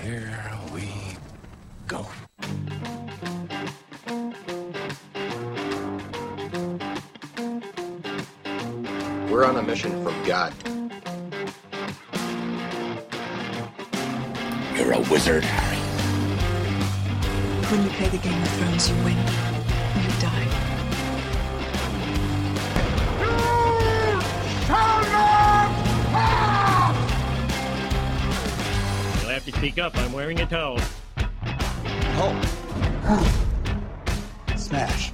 here we go. We're on a mission from God. You're a wizard, Harry. When you play the Game of Thrones, you win. You die. You'll have to speak up. I'm wearing a towel. Smash.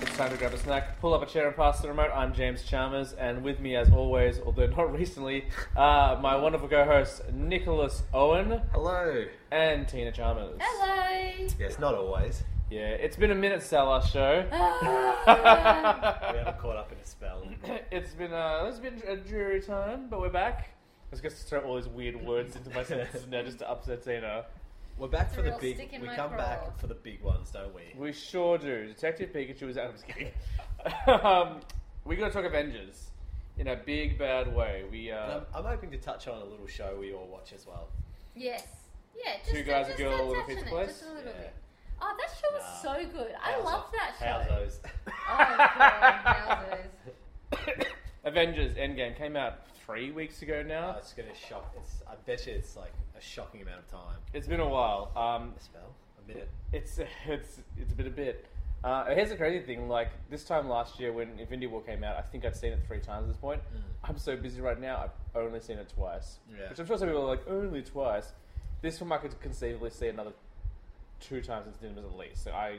It's time to grab a snack, pull up a chair, and pass the remote. I'm James Chalmers, and with me, as always, although not recently, uh, my wonderful co-hosts Nicholas Owen Hello. and Tina Chalmers. Hello. Yes, not always. Yeah, it's been a minute, Stella show. We haven't caught up in a spell. it's been uh, it's been a dreary time, but we're back. I was going to throw all these weird words into my sentences now just to upset Tina. We're back It's for a the real big. stick in We my come craw. back for the big ones, don't we? We sure do. Detective Pikachu is out. I'm just kidding. um, we got to talk Avengers in a big bad way. We uh, I'm, I'm hoping to touch on a little show we all watch as well. Yes. Yeah. Just, two guys, just a girl, with a start pizza touching it, place. Just a little Yeah. bit. Oh, that show was Nah. so good. I How's love it? that show. How's those? Oh god, how's Avengers Endgame came out three weeks ago Oh, now. it's gonna shock. It's. I bet you it's like a shocking amount of time. It's been a while. Um, A spell. A minute. it's it's it's been a bit. Uh, here's the crazy thing: like this time last year when Infinity War came out, I think I've seen it three times at this point. I'm so busy right now; I've only seen it twice. Yeah. Which I'm sure some people are like, only twice. This film I could conceivably see another two times in cinemas at least. So I,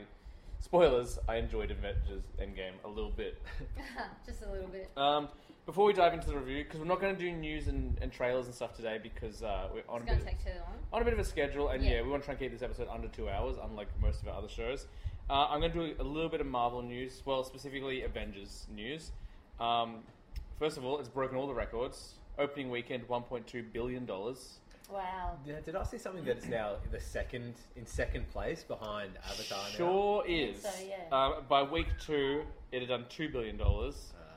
spoilers, I enjoyed Avengers Endgame a little bit. those? just a little bit. Um, before we dive into the review, because we're not going to do news and, and trailers and stuff today because uh, we're on It's a bit gonna take too long. on a bit of a schedule, and yeah. Yeah. we want to try and keep this episode under two hours, unlike most of our other shows. Uh, I'm going to do a little bit of Marvel news, well, specifically Avengers news. Um, first of all, it's broken all the records. Opening weekend, 1.2 billion dollars. Wow. Yeah, did I see something that is now the second in second place behind Avatar? now? Sure is. so, yeah. Uh, by week two, it had done two billion dollars, Uh,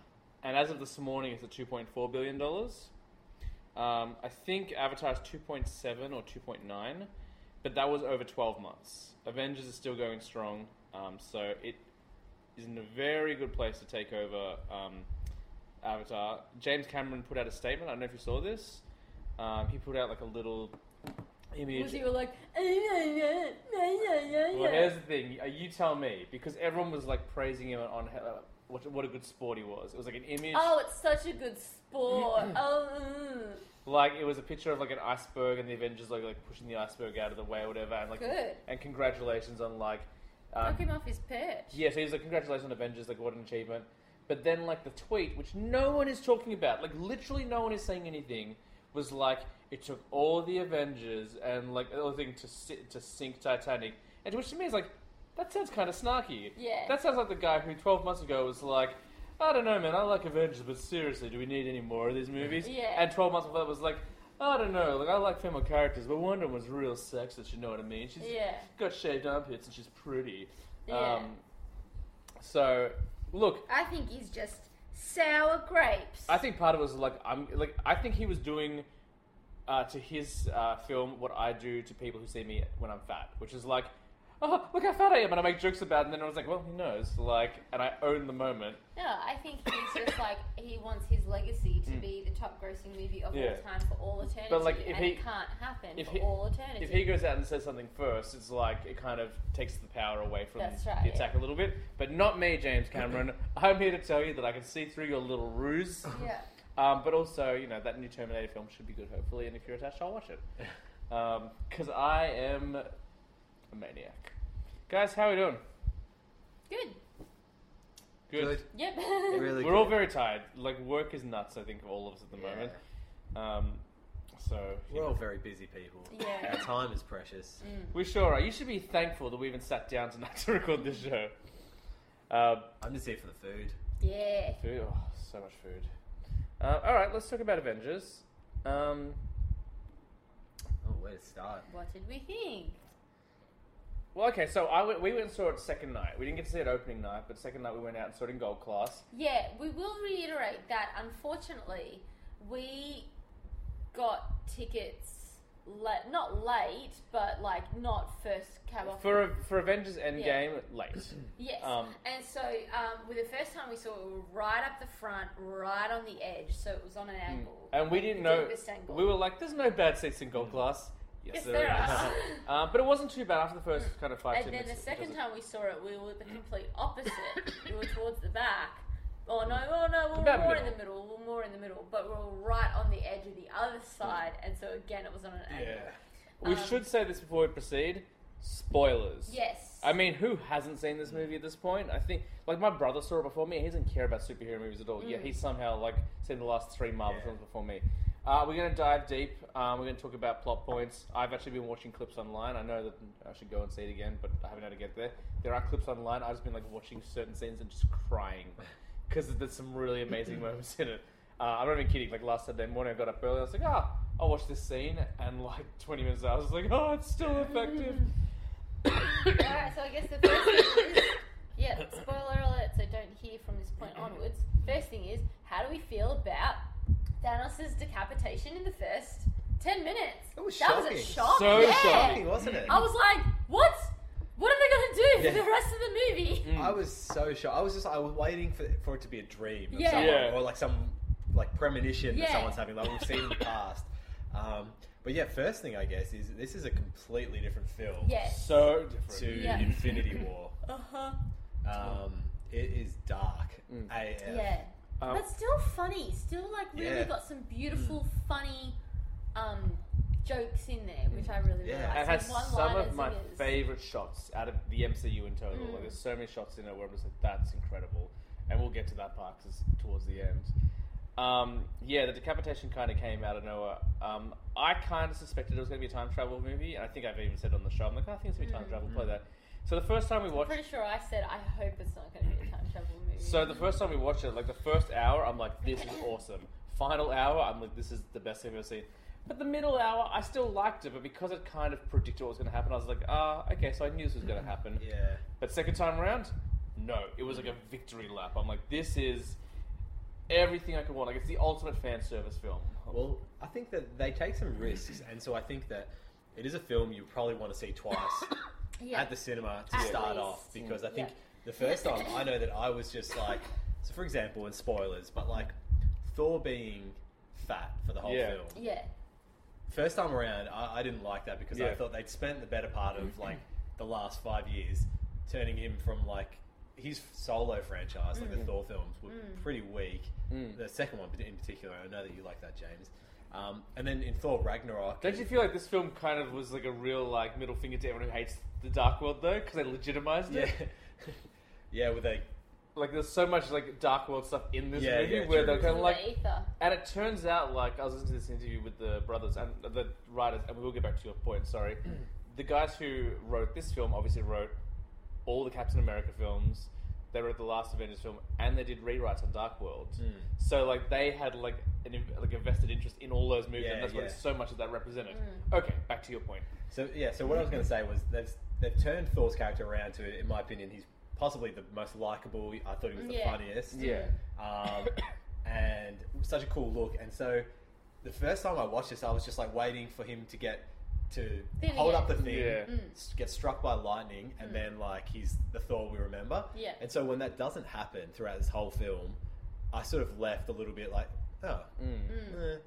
and as of this morning, it's at 2.4 billion dollars. Um, I think Avatar is 2.7 or 2.9, but that was over 12 months. Avengers is still going strong, um, so it is in a very good place to take over um, Avatar. James Cameron put out a statement. I don't know if you saw this. Um, he put out like a little image. Was he all like, "Eh, yeah, yeah, yeah, yeah, yeah, Well, yeah." here's the thing. Uh, You tell me, because everyone was like praising him on how, what, what a good sport he was. It was like an image, Oh, it's such a good sport. oh, mm. like it was a picture of like an iceberg and the Avengers like like pushing the iceberg out of the way or whatever, and like Good. and congratulations on like, um, Knock him off his perch. yeah. So he was like congratulations on Avengers, like what an achievement. But then like the tweet, which no one is talking about, like literally no one is saying anything, was like it took all the Avengers and like the thing to si- to sink Titanic, and which to me is like. That sounds kind of snarky. Yeah. That sounds like the guy who 12 months ago was like, I don't know, man, I like Avengers, but seriously, do we need any more of these movies? Yeah. And 12 months before that was like, I don't know, like, I like female characters, but Wonder Woman was real sexist, you know what I mean? She's Yeah. got shaved armpits and she's pretty. Yeah. Um, so, look, I think he's just sour grapes. I think part of it was like, I'm, like, I think he was doing uh, to his uh, film what I do to people who see me when I'm fat, which is like, oh, look how fat I am, and I make jokes about it, and then I was like, well, he knows, like, and I own the moment. No, I think he's just like he wants his legacy to be the top grossing movie of Mm. Yeah. all time for all eternity. But, like, if and he- it can't happen if for he- all eternity. if he goes out and says something first, it's like it kind of takes the power away from That's the right. attack a little bit. But not me, James Cameron. I'm here to tell you that I can see through your little ruse. yeah. Um, but also, you know, that new Terminator film should be good, hopefully. And if you're attached, I'll watch it because I am a maniac. Guys, how are we doing? Good. Good. Yep. Really We're all very tired. Like work is nuts. I think for all of us at the Yeah. moment. Um, so you We're all know, very busy people. Yeah. Mm. Our time is precious. we sure are. You should be thankful that we even sat down tonight to record this show. Um, I'm just here for the food. yeah. Food, oh, so much food. Uh, all right, let's talk about Avengers. Um, Oh, where to start? What did we think? Well, okay, so I went, we went and saw it second night. We didn't get to see it opening night, but second night we went out and saw it in gold class. Yeah, we will reiterate that unfortunately we got tickets late, not late, but like not first cab off. For for Avengers Endgame, late. yes, um, and so um, with the first time we saw it, we were right up the front, right on the edge, so it was on an angle. Hmm. Mm. And we didn't know. Deepest angle. We were like, there's no bad seats in gold class. Yes, yes, there there is. are. Mm. Uh, but it wasn't too bad after the first kind of five, and ten then minutes. the it Hmm. second doesn't- time we saw it, we were the complete opposite. we were towards the back. Oh no, oh no, we About were more in middle. the middle. We were more in the middle, but we were right on the edge of the Hmm. other side, and so again, it was on an angle. We um, should say this before we proceed. Spoilers. Yes. I mean, who hasn't seen this movie at this point? I think, like, my brother saw it before me. He doesn't care about superhero movies at all. Yeah, he's somehow like seen the last three Marvel films before me. Uh, we're gonna dive deep. Um, we're gonna talk about plot points. I've actually been watching clips online. I know that I should go and see it again, but I haven't had to get there. There are clips online. I've just been like watching certain scenes and just crying because there's some really amazing moments in it. Uh, I'm not even kidding. Like last Saturday morning, I got up early. I was like, ah, I'll watch this scene, and like 20 minutes out, I was like, oh, it's still effective. All right, so I guess the first thing is, yeah, spoiler alert, so don't hear from this point onwards. First thing is, how do we feel about Thanos' decapitation in the first 10 minutes? That was that was a shocking. shock. So yeah. shocking, wasn't it? I was like, what? What am I going to do for Yeah. the rest of the movie? I was so shocked. I was just I was waiting for, for it to be a dream of Yeah. someone Yeah. or like some like premonition that Yeah. someone's having. Like we've seen in the past. Um, but yeah, first thing I guess is this is a completely different film Yes. So different. to Yeah. Infinity War. Uh-huh. Um, it is dark. AF. Yeah. Um, but still funny. Still, like, really Yeah. Mm. got some beautiful, funny um, jokes in there, which I really Yeah. like. It has some one-liners of my it is. Mm. favorite shots out of the MCU in total. Like, there's so many shots in it where I'm just like, that's incredible. And we'll get to that part 'cause it's towards the end. Um, yeah, the decapitation kind of came out of nowhere. Um, I kind of suspected it was going to be a time travel movie, and I think I've even said on the show, I'm like, I think it's going to be time travel, play that. So the first time we watched Mm. Pretty sure I said I hope it's not going to be a time travel movie. So the first time we watched it, like the first hour, I'm like, this is awesome. Final hour, I'm like, this is the best thing I've ever seen. But the middle hour, I still liked it, but because it kind of predicted what was going to happen, I was like, ah, okay, so I knew this was going to happen. Yeah. But second time around, no, it was like a victory lap. I'm like, this is everything I could want. Like it's the ultimate fan service film. Well, I think that they take some risks, and so I think that it is a film you probably want to see twice Yeah. at the cinema to At start least. off because I think Yeah. the first time I know that I was just like, so for example, in spoilers, but like Thor being fat for the whole Yeah. film. yeah. First time around, I, I didn't like that because I Yeah. thought they'd spent the better part of like the last five years turning him from like his solo franchise, like Mm. the Thor films, were pretty weak. Mm. The second one in particular, I know that you like that, James. Um, and then in Thor Ragnarok, Don't you feel like this film kind of was like a real like middle finger to everyone who hates the Dark World though, because they legitimized it. yeah, yeah, with a Like there's so much like Dark World stuff in this Yeah, movie yeah, where true. they're kind of The like, ether. And it turns out, like, I was listening to this interview with the brothers and the writers, and we will get back to your point, sorry. the guys who wrote this film obviously wrote all the Captain America films, they wrote the last Avengers film, and they did rewrites on Dark World. So, like, they had, like, an in- like a vested interest in all those movies, Yeah, and that's what yeah. so much of that represented. Hmm. Okay, back to your point. So yeah, so what I was going to say was they've they've turned Thor's character around to, in my opinion, he's possibly the most likable. I thought he was the Yeah. funniest. Yeah. Um, and such a cool look. And so the first time I watched this, I was just like waiting for him to get to Then hold again. Mm. up the thing, Yeah. s- get struck by lightning, and then like he's the Thor we remember. Yeah. And so when that doesn't happen throughout this whole film, I sort of left a little bit like, oh. Mm. eh.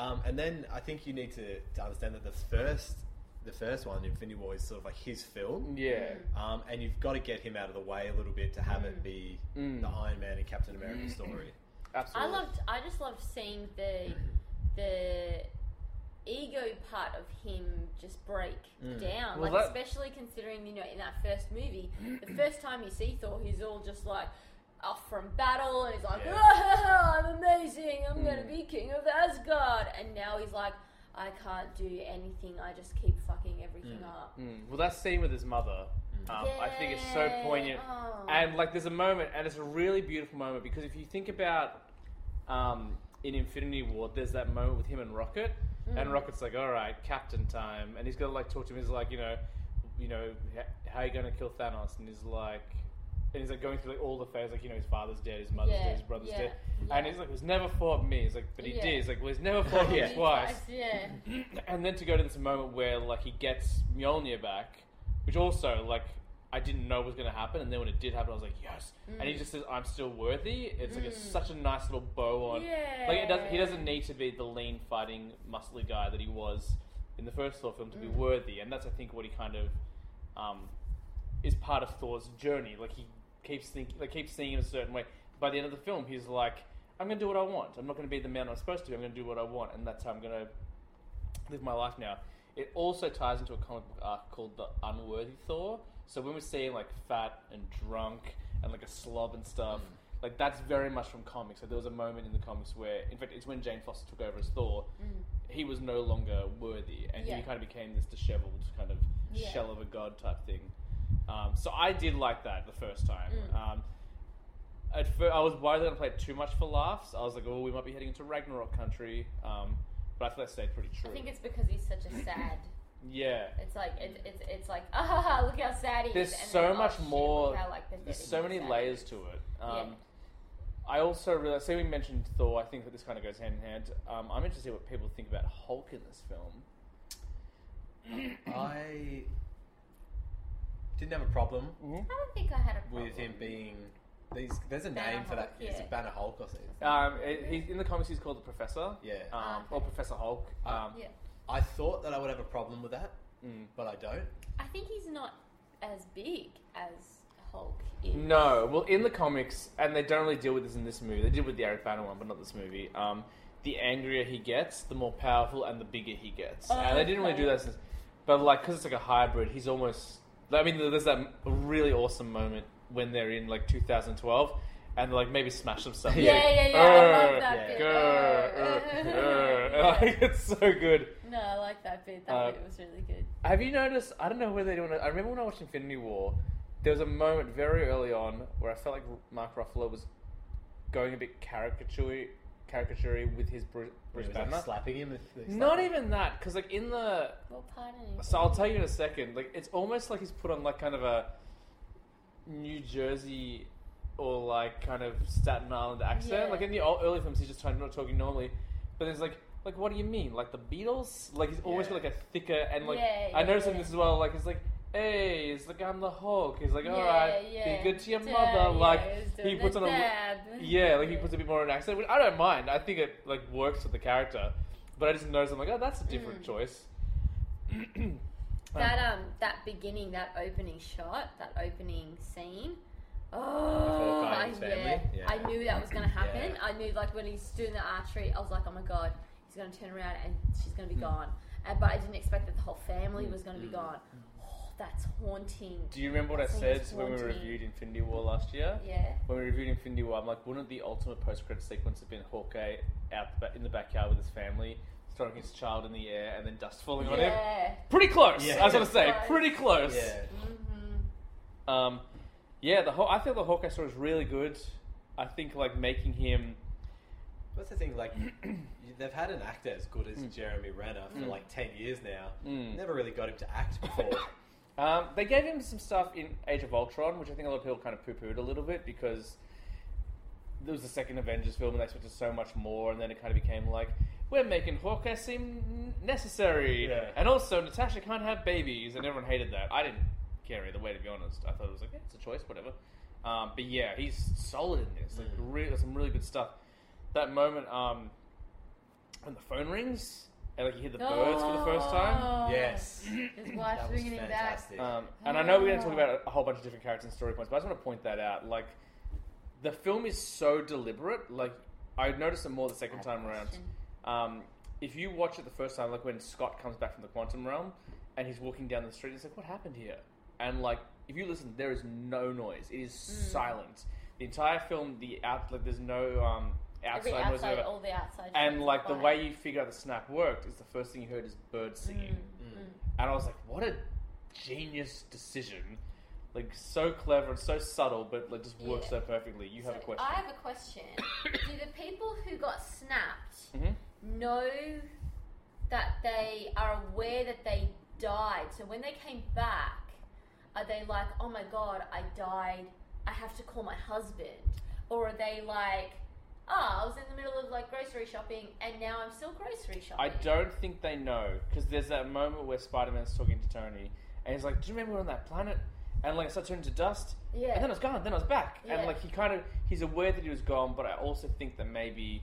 Um, and then I think you need to, to understand that the first the first one, Infinity War, is sort of like his film. Yeah. Hmm. Um, and you've got to get him out of the way a little bit to have it be the Iron Man and Captain America story. I Absolutely. loved. I just loved seeing the the ego part of him just break down. Mm. Well, like that- especially considering you know in that first movie, the first time you see Thor, he's all just like off from battle, and he's like, Yeah. "Ah, "I'm amazing. I'm Mm. gonna be king of Asgard." And now he's like, "I can't do anything. I just keep fucking everything up." Mm. Well, that scene with his mother, um, I think is so Yeah. poignant. Oh. And like, there's a moment, and it's a really beautiful moment because if you think about um, in Infinity War, there's that moment Hmm. with him and Rocket, and Rocket's like, "All right, Captain time," and he's got to like talk to him. He's like, you know. you know, h- how are you going to kill Thanos? And he's like, and he's like going through like all the phases, like you know, his father's dead, his mother's Yeah, dead, his brother's yeah, dead, yeah. and he's like, it was never for me. He's like, but he Yeah. did. He's like, well, he's never for me Yeah. twice. Yeah. And then to go to this moment where like he gets Mjolnir back, which also like I didn't know was going to happen, and then when it did happen, I was like, yes. And he just says, "I'm still worthy." It's like it's such a nice little bow on. Like it doesn't. He Yeah. doesn't need to be the lean fighting muscly guy that he was in the first Thor film to be worthy, and that's I think what he kind of um, is part of Thor's journey. Like he keeps thinking, like keeps seeing it a certain way. By the end of the film, he's like, "I'm going to do what I want. I'm not going to be the man I'm supposed to be. I'm going to do what I want, and that's how I'm going to live my life now. It also ties into a comic book arc called the Unworthy Thor. So when we're seeing like fat and drunk and like a slob and stuff, Mm. like that's very much from comics. Like there was a moment in the comics where, in fact, it's when Jane Foster took over as Thor. He was no longer worthy, and Mm. Yeah. he kind of became this dishevelled kind of Yeah. shell of a god type thing. Um, so I did like that the first time. Mm. Um, at first, I was worried that I played too much for laughs. I was like, oh, we might be heading into Ragnarok country. Um, but I thought that stayed pretty I true. think it's because he's such a sad. yeah. It's like it, it's it's like ah ha, ha, look how sad he is. There's and so then, oh, much shit, look more- how, like, There's pathetic so and many sad he layers is. to it. Um, I also realized, say we mentioned Thor, I think that this kind of goes hand in hand. Um, I'm interested to see what people think about Hulk in this film. I didn't have a problem I don't think I had a problem. with him being. These, there's a Banner name for that. Hulk, It's a yeah. Banner Hulk or something. Um, it- he's, in the comics, he's called the Professor. Yeah. Um, Mm. Ah, okay. Or Professor Hulk. Um, Ah. Yeah, I thought that I would have a problem with that, Mm. but I don't. I think he's not as big as Hulk is. No, well, in the comics, and they don't really deal with this in this movie. They did with the Eric Banner one, but not this movie. Um, the angrier he gets, the more powerful and the bigger he gets. Oh, and they didn't really okay. do that, since, but like because it's like a hybrid, he's almost. I mean, there's that really awesome moment when they're in like 2012, and they're, like maybe smash themselves. Yeah, Like, yeah, yeah. I "Arr, love that yeah. bit. grr, Arr, arr, arr." arr. Like, it's so good. No, I like that bit. That Uh, bit was really good. Have you noticed? I don't know whether they're doing it. I remember when I watched Infinity War, there was a moment very early on where I felt like Mark Ruffalo was going a bit caricature caricaturey with his Bruce, It Bruce was like Banner. slapping him. if they slap Not him. even that, because like in the Well, pardon me. so I'll tell you in a second. Like it's almost like he's put on like kind of a New Jersey or like kind of Staten Island accent. Yeah. Like in the old, early films, he's just trying not talking normally, but there's like. Like what do you mean? Like the Beatles? Like he's always Yeah. got like a thicker and like Yeah, I yeah, noticed in yeah. this as well. Like he's like, hey, it's like I'm the Hulk. He's like, all Yeah, right, yeah. be good to your Dad, yeah, mother. Like he's he doing puts the on a dab. yeah, like he puts a bit more of an accent. Which I don't mind. I think it like works with the character, but I just noticed I'm like, oh, that's a different choice. That um, that beginning, that opening shot, that opening scene. Oh, Hawkeye I, and his yeah. family? Yeah. I knew that was going to happen. Yeah. I knew like when he's doing the archery, I was like, oh my god, he's going to turn around and she's going to be Hmm. gone. And, but I didn't expect that the whole family was going to be gone. Oh, that's haunting. Do you remember what I That scene said is when we haunting. reviewed Infinity War last year? Yeah. When we reviewed Infinity War, I'm like, wouldn't the ultimate post-credit sequence have been Hawkeye out the ba- in the backyard with his family, throwing his child in the air, and then dust falling on him? Yeah. Pretty close. Yeah. I was gonna say, Close. pretty close. Yeah. Mm-hmm. Um, yeah, the whole, I feel the Hawkeye story is really good. I think like making him That's the thing. Like they've had an actor as good as Jeremy Renner for like ten years now. Never really got him to act before. Um, they gave him some stuff in Age of Ultron, which I think a lot of people kind of poo pooed a little bit because there was the second Avengers film and they expected so much more, and then it kind of became like, we're making Hawkeye seem necessary. Yeah. And also, Natasha can't have babies, and everyone hated that. I didn't care either way, to be honest. I thought it was like, yeah, it's a choice, whatever. Um, but yeah, he's solid in this. Like, re- there's some really good stuff. That moment um, when the phone rings and like you hear the birds for the first time. Oh. yes, His wife's that was ringing him back. fantastic. Um, and I know we're going to talk about a whole bunch of different characters and story points, but I just want to point that out. Like, the film is so deliberate. Like, I noticed it more the second time around. Um, if you watch it the first time, like when Scott comes back from the quantum realm and he's walking down the street, it's like, what happened here? And like, if you listen, there is no noise. It is Hmm. silent. The entire film, the out like, there's no um, Every outside, noise. outside, whatever. all the outside. And shots like the are way you figure out the snap worked is the first thing you heard is birds singing, Mm. and I was like, what a genius decision! Like so clever and so subtle, but like just works so Yeah. perfectly. You have a So, question? I have a question. Do the people who got snapped Mhm. know that they are aware that they died. So when they came back, are they like, oh my god, I died. I have to call my husband? Or are they like, oh, I was in the middle of like grocery shopping and now I'm still grocery I shopping? don't think they know because there's that moment where Spider Man's talking to Tony and he's like, "Do you remember we're on that planet?" And like, I started turning to dust. Yeah. And then I was gone. Then I was back. Yeah. And like, he kind of he's aware that he was gone, but I also think that maybe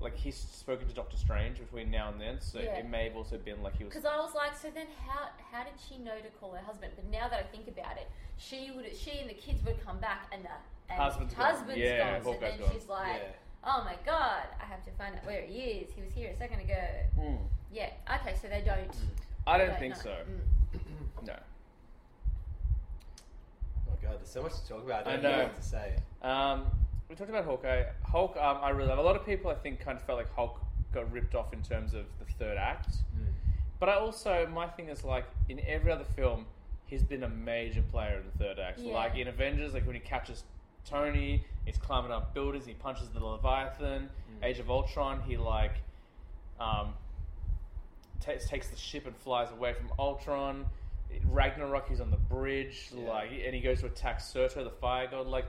like he's spoken to Doctor Strange between now and then, so Yeah. it may have also been like he was. Because I was like, so then how how did she know to call her husband? But now that I think about it, she would she and the kids would come back and the and Husband's gone. husband's Yeah, gone. So poor then guy's gone. she's like, Yeah. oh my god, I have to find out where he is. He was here a second ago. Mm. Yeah. Okay. So they don't. I they don't think know. so. Mm. No. Oh my god, there's so much to talk about. I I don't know. know. what to say. Um, we talked about Hawkeye. Hulk, um, I really love. A lot of people, I think, kind of felt like Hulk got ripped off in terms of the third act. But I also, my thing is like in every other film, he's been a major player in the third act. Yeah. Like in Avengers, like when he catches Tony, he's climbing up buildings, he punches the Leviathan. Age of Ultron, he like um, takes takes the ship and flies away from Ultron. Ragnarok, he's on the bridge, Yeah. like, and he goes to attack Surtur, the fire god. Like,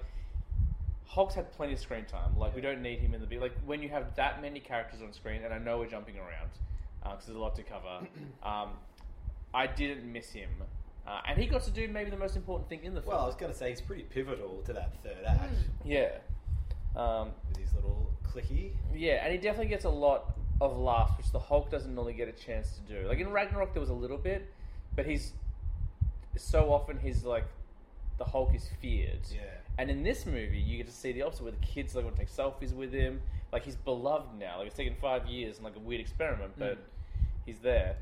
Hulk's had plenty of screen time. Like, we Yeah. don't need him in the big. Like, when you have that many characters on screen, and I know we're jumping around because uh, there's a lot to cover. um, I didn't miss him, uh, and he got to do maybe the most important thing in the film. Well, I was going to say he's pretty pivotal to that third act yeah. Um, with his little clicky. Yeah, and he definitely gets a lot of laughs, which the Hulk doesn't normally get a chance to do. Like in Ragnarok, there was a little bit, but he's so often he's like the Hulk is feared. Yeah. And in this movie, you get to see the opposite, where the kids like want to take selfies with him. Like he's beloved now. Like it's taken five years and like a weird experiment, but Mm. he's there.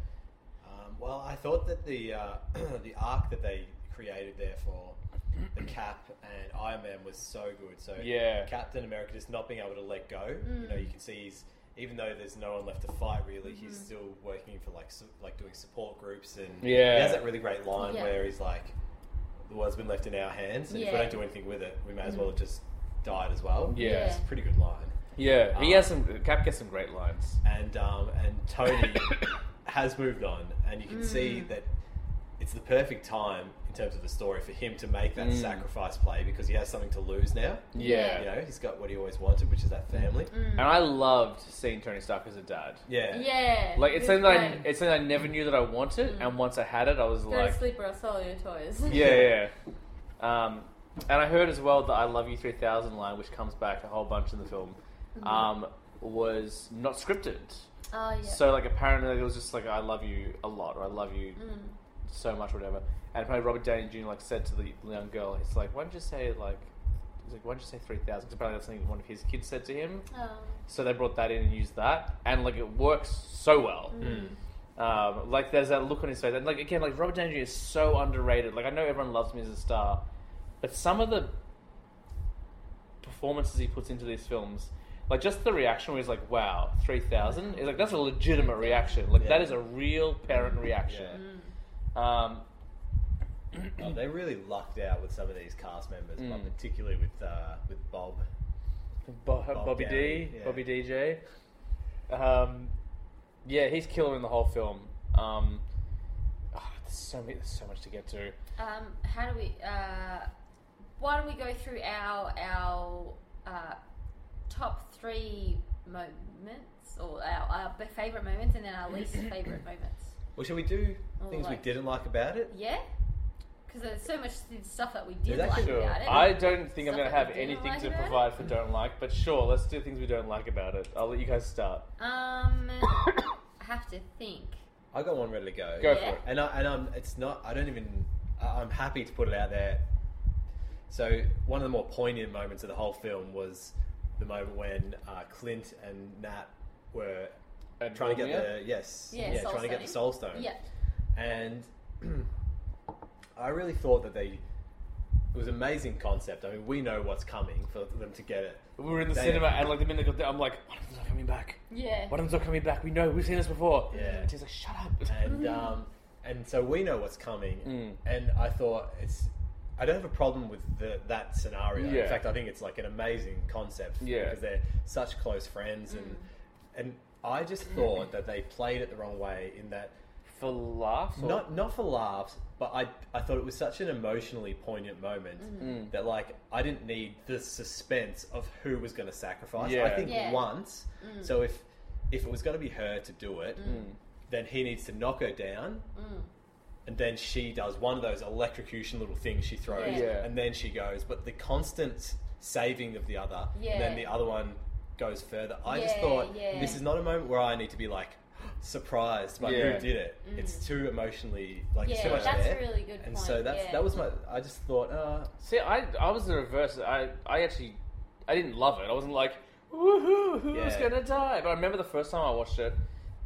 Um, well, I thought that the uh, the arc that they created there for the Cap and Iron Man was so good. So Yeah. Captain America just not being able to let go. You know, Mm. you can see he's even though there's no one left to fight really, he's Mm-hmm. still working for like su- like doing support groups and Yeah. he has that really great line Yeah. where he's like, "The world's been left in our hands, and if we Yeah. Mm-hmm. don't do anything with it, we may as well have just died as well." Yeah. Yeah. it's a pretty good line. Yeah, he Um, has some. Cap gets some great lines. and um, and Tony has moved on, and you can see Mm. that it's the perfect time in terms of the story for him to make that sacrifice play because he has something to lose now. Yeah. Yeah. You know, he's got what he always wanted, which is that family. and I loved seeing Tony Stark as a dad. Yeah. Mm. Yeah. Like it's Who's something that I, playing? it's something I never knew that I wanted, and once I had it, I was Go like, to sleep or I'll sell your toys. yeah, yeah. Um, and I heard as well that "I love you" three thousand line, which comes back a whole bunch in the film, um, was not scripted. Oh Mm-hmm. yeah. So like apparently it was just like "I love you" a lot, or "I love you" Mm-hmm. so much, or whatever. And apparently Robert Downey Jr. like said to the young girl, he's like, "Why don't you say like." He's like, why don't you say 3,000? Apparently, that's something one of his kids said to him. Um, So they brought that in and used that, and like it works so well. Um, like there's that look on his face, and like again, like Robert Downey Jr. is so underrated. Like I know everyone loves him as a star, but some of the performances he puts into these films, like just the reaction where he's like, "Wow, 3,000? is like that's a legitimate reaction. Like that Yeah. is a real parent Yeah. reaction. Mm. Um, Oh, they really lucked out with some of these cast members, Mm. but particularly with uh, with Bob. Bo- Bob Bobby Downey, D, yeah. Bobby DJ. Um, yeah, he's killer in the whole film. Um, ah, there's so many, there's so much to get to. um, how do we? Uh, why don't we go through our our uh, top three moments or our, our favorite moments and then our least favorite moments? Well, shall we do Oh, things like- we didn't like about it? Yeah, because there's so much stuff that we did There's like actually- about it. I don't think I'm going Stuff to that have we didn't anything like to about it? provide for don't like, but sure, let's do things we don't like about it. I'll let you guys start. Um, I have to think. I got one ready to go. Go Yeah. for it. and I, and I'm, it's not. I don't even. I- I'm happy to put it out there. So one of the more poignant moments of the whole film was the moment when uh, Clint and Nat were And trying to Romeo? get the yes, Yeah, Soul trying to get the Stone. Soul Stone. Yeah, and I really thought that they. It was an amazing concept. I mean, we know what's coming for them to get it. We were in the They- cinema, and like the minute they got there, I'm like, one of them's not coming back. yeah. One of them's not coming back. We know. We've seen this before. Yeah. And she's like, shut up. and um, and so we know what's coming. Mm. And I thought it's I don't have a problem with the, that scenario. Yeah. In fact, I think it's like an amazing concept Yeah. because they're such close friends, and and I just thought that they played it the wrong way in that for laughs. Or... Not not for laughs, but I I thought it was such an emotionally poignant moment Mm. that like I didn't need the suspense of who was going to sacrifice. I Yeah. think Yeah. once. So if if it was going to be her to do it, then he needs to knock her down. Mm. And then she does one of those electrocution little things she throws, Yeah. Yeah. and then she goes. But the constant saving of the other, and then Yeah. the other one goes further. I just Yeah, thought yeah. this is not a moment where I need to be like surprised by Yeah. who did it. It's too emotionally like Mm. Yeah, so much that's there. a really good and point, so that's yeah. that was my. I just thought, uh, See, I I was the reverse. I I actually I didn't love it. I wasn't like woohoo, who's Yeah. gonna die? But I remember the first time I watched it,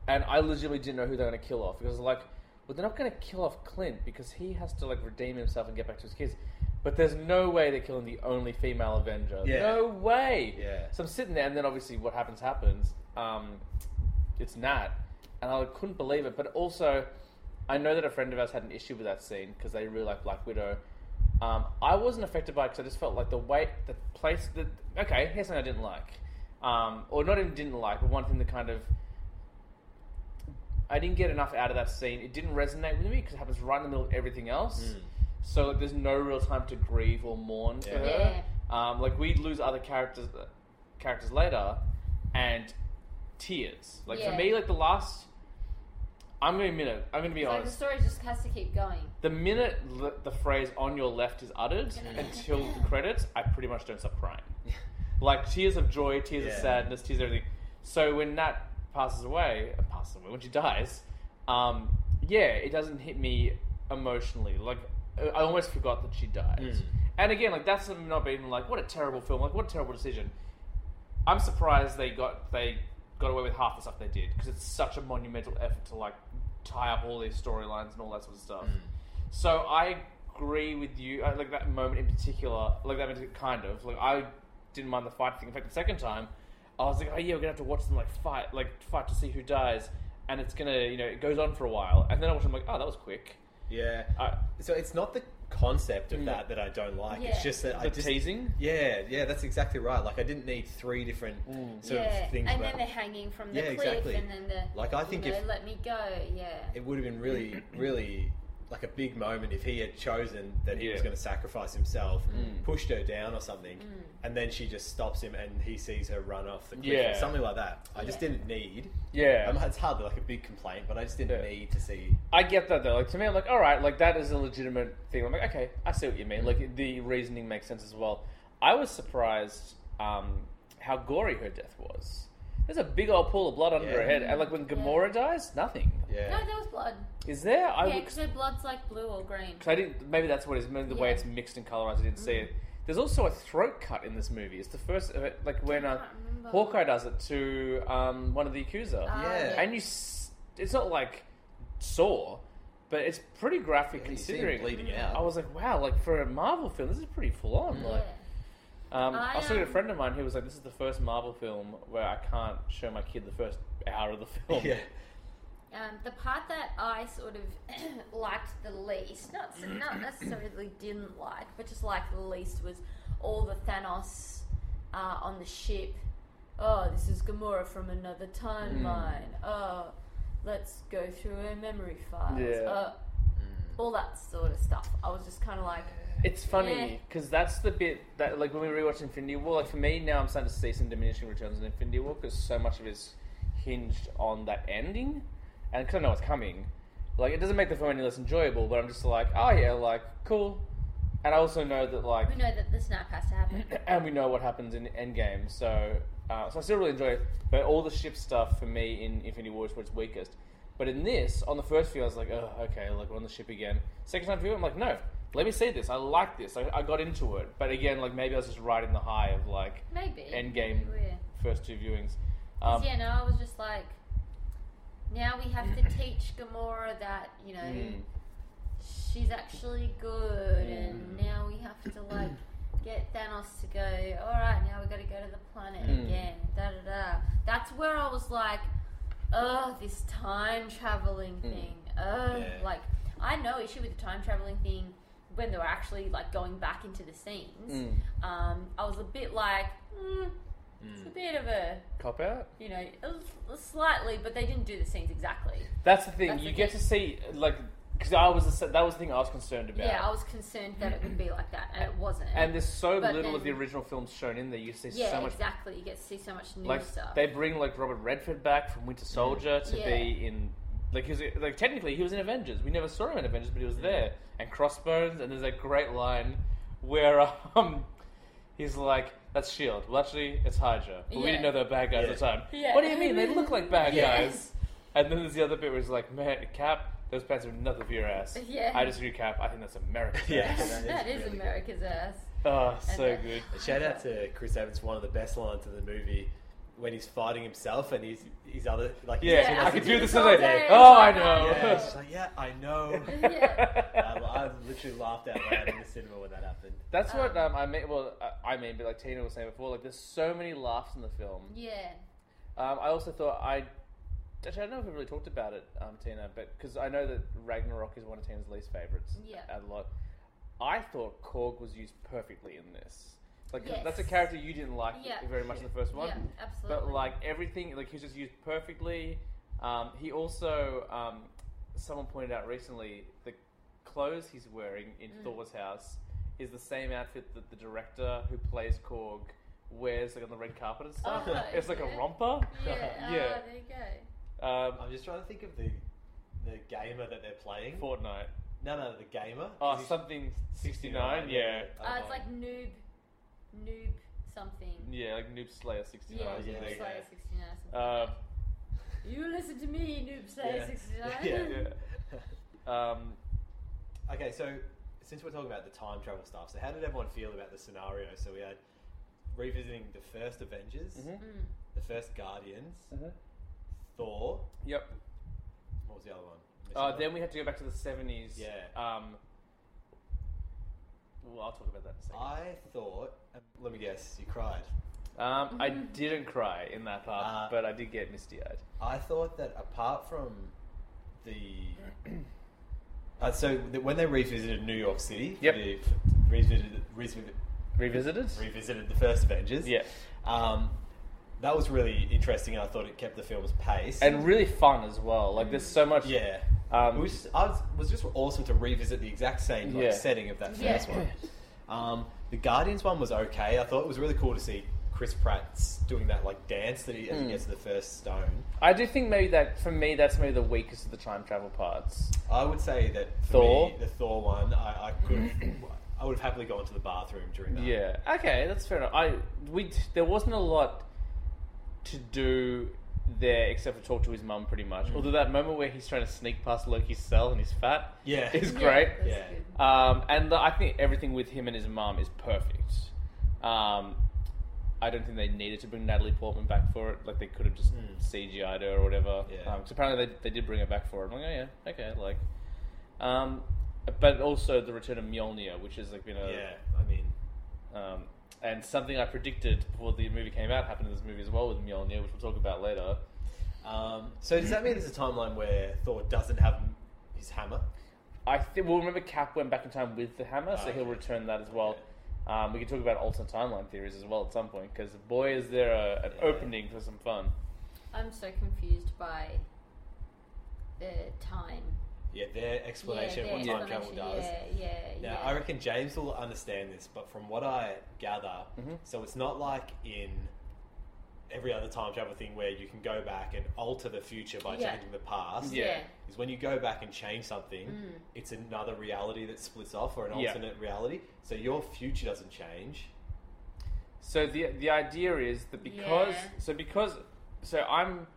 and I legitimately didn't know who they're gonna kill off because like, well, they're not gonna kill off Clint because he has to like redeem himself and get back to his kids. But there's no way they're killing the only female Avenger. Yeah. No way. Yeah. So I'm sitting there, and then obviously what happens happens. Um, it's Nat, and I couldn't believe it. But also, I know that a friend of ours had an issue with that scene because they really like Black Widow. Um, I wasn't affected by it because I just felt like the weight, the place, that okay, here's something I didn't like, um, or not even didn't like, but one thing that kind of I didn't get enough out of that scene. It didn't resonate with me because it happens right in the middle of everything else. So like, there's no real time to grieve or mourn for Yeah. her. Um, like we lose other characters, characters later, and tears. Like Yeah. for me, like the last. I'm gonna admit it. I'm gonna be It's like the honest. story just has to keep going. The minute l- the phrase "on your left" is uttered until the credits, I pretty much don't stop crying. Like tears of joy, tears Yeah. of sadness, tears of everything. So when Nat passes away, uh, passes away when she dies, um, yeah, it doesn't hit me emotionally. Like uh, I I almost forgot that she died. And again, like that's not being like what a terrible film, like what a terrible decision. I'm surprised they got they got away with half the stuff they did because it's such a monumental effort to like tie up all these storylines and all that sort of stuff. So I agree with you. I, like that moment in particular, like that moment kind of like I didn't mind the fight thing. In fact, the second time, I was like, oh yeah, we're gonna have to watch them like fight, like fight to see who dies, and it's gonna you know it goes on for a while, and then I watch them like, oh that was quick. Uh, yeah. I, so it's not the concept of Mm. that that I don't like. Yeah. It's just that I the just teasing. yeah, yeah. That's exactly right. Like I didn't need three different Mm. sort yeah, of things. and about- then they're hanging from the Yeah, cliff, exactly. and then the Like, I you think know, if- let me go, yeah, it would have been really, really like a big moment if he had chosen that he was Yeah. Mm. going to sacrifice himself, pushed her down or something, Mm. and then she just stops him and he sees her run off the cliff Yeah. or something like that. I just Yeah. didn't need. Yeah, Um, it's hardly like a big complaint, but I just didn't Yeah. need to see. I get that though. Like to me, I'm like, all right, like that is a legitimate thing. I'm like, okay, I see what you mean. Like the reasoning makes sense as well. I was surprised um, how gory her death was. There's a big old pool of blood under her Yeah. head, and like when Gamora dies, nothing Yeah, No, there was blood. is there. I Yeah, would- because her blood's like blue or green. Cause I didn't. Maybe that's what it is. Maybe the way Yeah. Mm-hmm. it's mixed and colorized. I didn't see it. There's also a throat cut in this movie. It's the first, uh, like when uh, can't remember. Hawkeye does it to um, one of the accuser, Ah, Yeah. and you. S- it's not like sore, but it's pretty graphic Yeah, you see him considering. Mm. bleeding out. I was like, wow, like for a Marvel film, this is pretty full on. Mm. Like, um, I, I, was talking to a um, friend of mine who was like, "This is the first Marvel film where I can't show my kid the first hour of the film." yeah, Um, the part that I sort of liked the least, not not necessarily didn't like, but just liked the least was all the Thanos uh, on the ship. Oh, this is Gamora from another Hmm. timeline. Oh, let's go through her memory files. Yeah. Oh, all that sort of stuff. I was just kind of like, It's Yeah. funny because that's the bit that, like, when we rewatched Infinity War, like for me now, I'm starting to see some diminishing returns in Infinity War because so much of it's hinged on that ending, and because I know what's coming, like it doesn't make the film any less enjoyable. But I'm just like, oh yeah, like cool, and I also know that like, we know that the snap has to happen. and we know what happens in Endgame, so uh, so I still really enjoy it. But all the ship stuff for me in Infinity War is where it's weakest. But in this, on the first view, I was like, oh, okay, like we're on the ship again. Second time view, I'm like, no, let me see this. I like this. I, I got into it. But again, like maybe I was just riding the high of like Maybe. Endgame Yeah. first two viewings. 'Cause, Um, yeah, no, I was just like, now we have to teach Gamora that you know mm, she's actually good, and now we have to like get Thanos to go. All right, now we got to go to the planet again. Da da da. That's where I was like, oh, this time traveling thing. Oh, Yeah. like I had no issue with the time traveling thing when they were actually like going back into the scenes. mm. Um, I was a bit like, mm, "Hmm, it's a bit of a cop out. You know, a- slightly, but they didn't do the scenes exactly. That's the thing. That's you the get thing. to see like because I was the, that was the thing I was concerned about. Yeah. I was concerned that it would be like that, and it wasn't. and there's so But little of the then- original films shown in there. You see yeah, so much. exactly. You get to see so much new Like stuff. they bring like Robert Redford back from Winter Soldier to Yeah. be in. Like he was like technically he was in Avengers. We never saw him in Avengers, but he was Mm. there. And Crossbones, and there's a great line where um he's like, "That's Shield." E Well, actually, it's Hydra. But we Yeah. didn't know they were bad guys Yeah. at the time. Yeah. What do you mean? They look like bad Yes. guys. And then there's the other bit where he's like, "Man, Cap, those pants are nothing for your ass." Yeah. I disagree, Cap. I think that's American. Yeah, that is really America's ass. uh, Oh, so then- good. good. Shout out to Chris Evans, one of the best lines in the movie when he's fighting himself and he's his other like his Yeah, two Yeah, I other- could do this. all all day. day. Oh, I Yeah, it's know. just like, yeah, I know. Yeah. I, I literally laughed out loud in the cinema when that happened. That's what Um, um, I mean. Well, I- I mean, but like Tina was saying before, like there's so many laughs in the film. Yeah. Mm-hmm. Um, I also thought I actually I don't know if we really talked about it, um, Tina, but because I know that Ragnarok is one of Tina's least favorites. Yeah. a lot. I thought Korg was used perfectly in this. Like Yes. that's a character you didn't like Yeah. very much in the first one. Yeah, absolutely. But like everything, like he was just used perfectly. Um, he also, um, someone pointed out recently, the clothes he's wearing in Thor's house is the same outfit that the director who plays Korg wears, like on the red carpet and stuff. Oh, it's like yeah. a romper. yeah, yeah. Ah, there you go. Um, I'm just trying to think of the the gamer that they're playing. Fortnite. No, no, the gamer. Oh, 'Cause he's something sixty-nine. Yeah, Uh, Oh, it's like noob, noob something. yeah, like Noob Slayer Yeah, sixty-nine. yeah, Noob yeah. Slayer 69 or something. Uh, you listen to me, Noob Slayer Yeah. 69. Yeah. um, Okay, so since we're talking about the time travel stuff, so how did everyone feel about the scenario? So we had revisiting the first Avengers, Mhm. Mm. the first Guardians, Thor. Mm-hmm. yep. What was the other one? Uh, then we had to go back to the seventies. Yeah. Um, well, I'll talk about that in a second. I thought. um, Let me guess. You cried. Um, I didn't cry in that part, Uh, but I did get misty-eyed. I thought that apart from the. Uh, so th- when they revisited New York City, Yep. they f- revisited, revisited, Revisited? revisited the first Avengers. yeah, Um, that was really interesting. I thought it kept the film's pace. and really fun as well. Like, there's so much. yeah. Um, it was, I was, was just awesome to revisit the exact same like, Yeah. setting of that Yeah. first one. Um, the Guardians one was okay. I thought it was really cool to see Chris Pratt's doing that like dance that he, Hmm. as he gets to the first stone. I do think maybe that for me that's maybe the weakest of the time travel parts. I would say that for Thor? me, the Thor one, I, I could, I would have happily gone to the bathroom during that. Yeah. Okay, that's fair enough. I we there wasn't a lot to do there except for talk to his mum pretty Mm. much. Although that moment where he's trying to sneak past Loki's cell and he's fat Yeah. is Yeah, great. that's Yeah. good. Um, and the, I think everything with him and his mom is perfect. Um, I don't think they needed to bring Natalie Portman back for it. Like they could have just CGI'd her or whatever. Yeah. Um, 'cause apparently they, they did bring her back for it. I'm like, oh yeah, okay, like. Um, but also the return of Mjolnir, which has like been a Yeah, I mean, um, and something I predicted before the movie came out happened in this movie as well with Mjolnir, which we'll talk about later. um, so does that mean there's a timeline where Thor doesn't have his hammer? I think well, remember Cap went back in time with the hammer, so Ah, Okay. he'll return that as well. Okay. Um, we can talk about alternate timeline theories as well at some point because boy, is there a, an Yeah. opening for some fun. I'm so confused by the time. Yeah, their explanation yeah, of what their time travel explanation. does. Yeah, yeah, Now, yeah. I reckon James will understand this, but from what I gather, Mm-hmm. so it's not like in every other time travel thing where you can go back and alter the future by Yeah. changing the past. Yeah. Is when you go back and change something, it's another reality that splits off or an Yeah. alternate reality. So your future doesn't change. So the the idea is that because Yeah. so because so I'm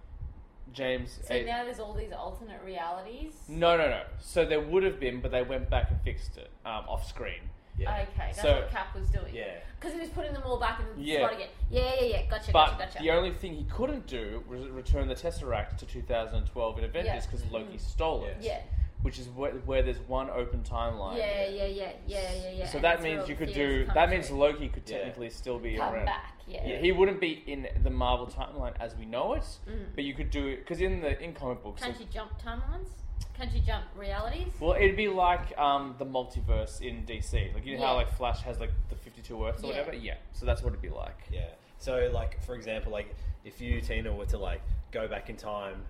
James. So a- now there's all these alternate realities. no, no, no. So there would have been, but they went back and fixed it um, off screen. Okay, that's So- what Cap was doing. Yeah. Because he was putting them all back in the Yeah. spot again. Yeah, yeah, yeah. Gotcha, But gotcha, gotcha. the only thing he couldn't do was return the Tesseract to 2012 in Avengers Yeah. Mm-hmm. because Loki stole it, yeah. which is where, where there's one open timeline. Yeah, yeah, yeah, yeah, yeah, yeah. So and that that's where all means you the could theories do. come That means through. Loki could Yeah. technically still be come around. back. Yeah. Yeah, he wouldn't be in the Marvel timeline as we know it, but you could do it because in the in comic books, Mm. Can't you jump timelines? Can't you jump realities? well, it'd be like um, the multiverse in DC, like you know Yeah. how like Flash has like the fifty-two Earths or Yeah. whatever. Yeah, so that's what it'd be like. Yeah. So, like for example, like if you Tina were to like go back in time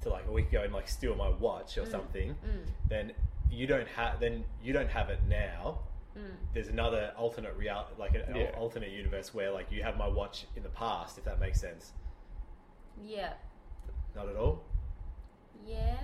to like a week ago and like steal my watch or Mm. something, then you don't have then you don't have it now. Mm. There's another alternate real like an al- Yeah. alternate universe where like you have my watch in the past, if that makes sense. Yeah. Not at all. Yeah.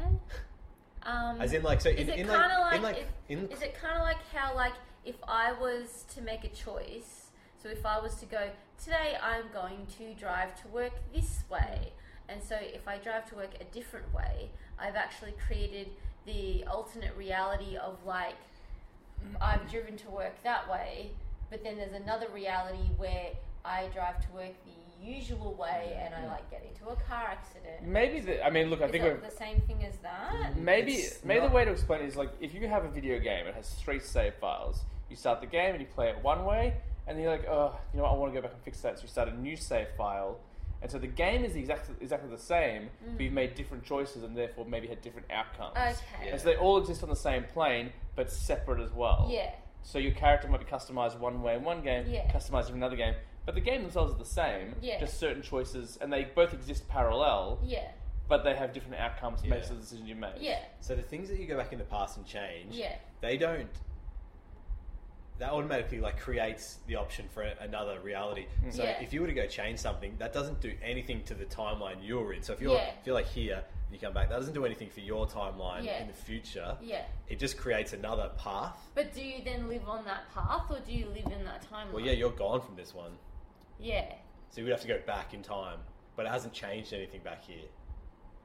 Um, As in, like, so in, is it in, kind of like, like, in like, if, in, is it kind of like how like if I was to make a choice? So if I was to go today, I'm going to drive to work this way, and so if I drive to work a different way, I've actually created the alternate reality of like I've driven to work that way, but then there's another reality where I drive to work the usual way, and I like get into a car accident. Maybe the, I mean, look, I Is think it we've, the same thing as that? Mm-hmm. Maybe It's maybe not- the way to explain it is like if you have a video game, it has three save files. You start the game and you play it one way, and then you're like, oh, you know what, I want to go back and fix that. So you start a new save file, and so the game is exactly exactly the same, but you've made different choices and therefore maybe had different outcomes. Okay. And so they all exist on the same plane, but separate as well. Yeah. So your character might be customized one way in one game, Yeah. customized in another game, but the game themselves are the same. Yeah. Just certain choices, and they both exist parallel, Yeah. but they have different outcomes based Yeah. on the decision you make. Yeah. so the things that you go back in the past and change, Yeah. they don't that automatically like creates the option for another reality so Yeah. if you were to go change something that doesn't do anything to the timeline you're in so if you're Yeah. if you're like here and you come back that doesn't do anything for your timeline Yeah. in the future Yeah. it just creates another path But do you then live on that path or do you live in that timeline? well yeah you're gone from this one Yeah. so you would have to go back in time but it hasn't changed anything back here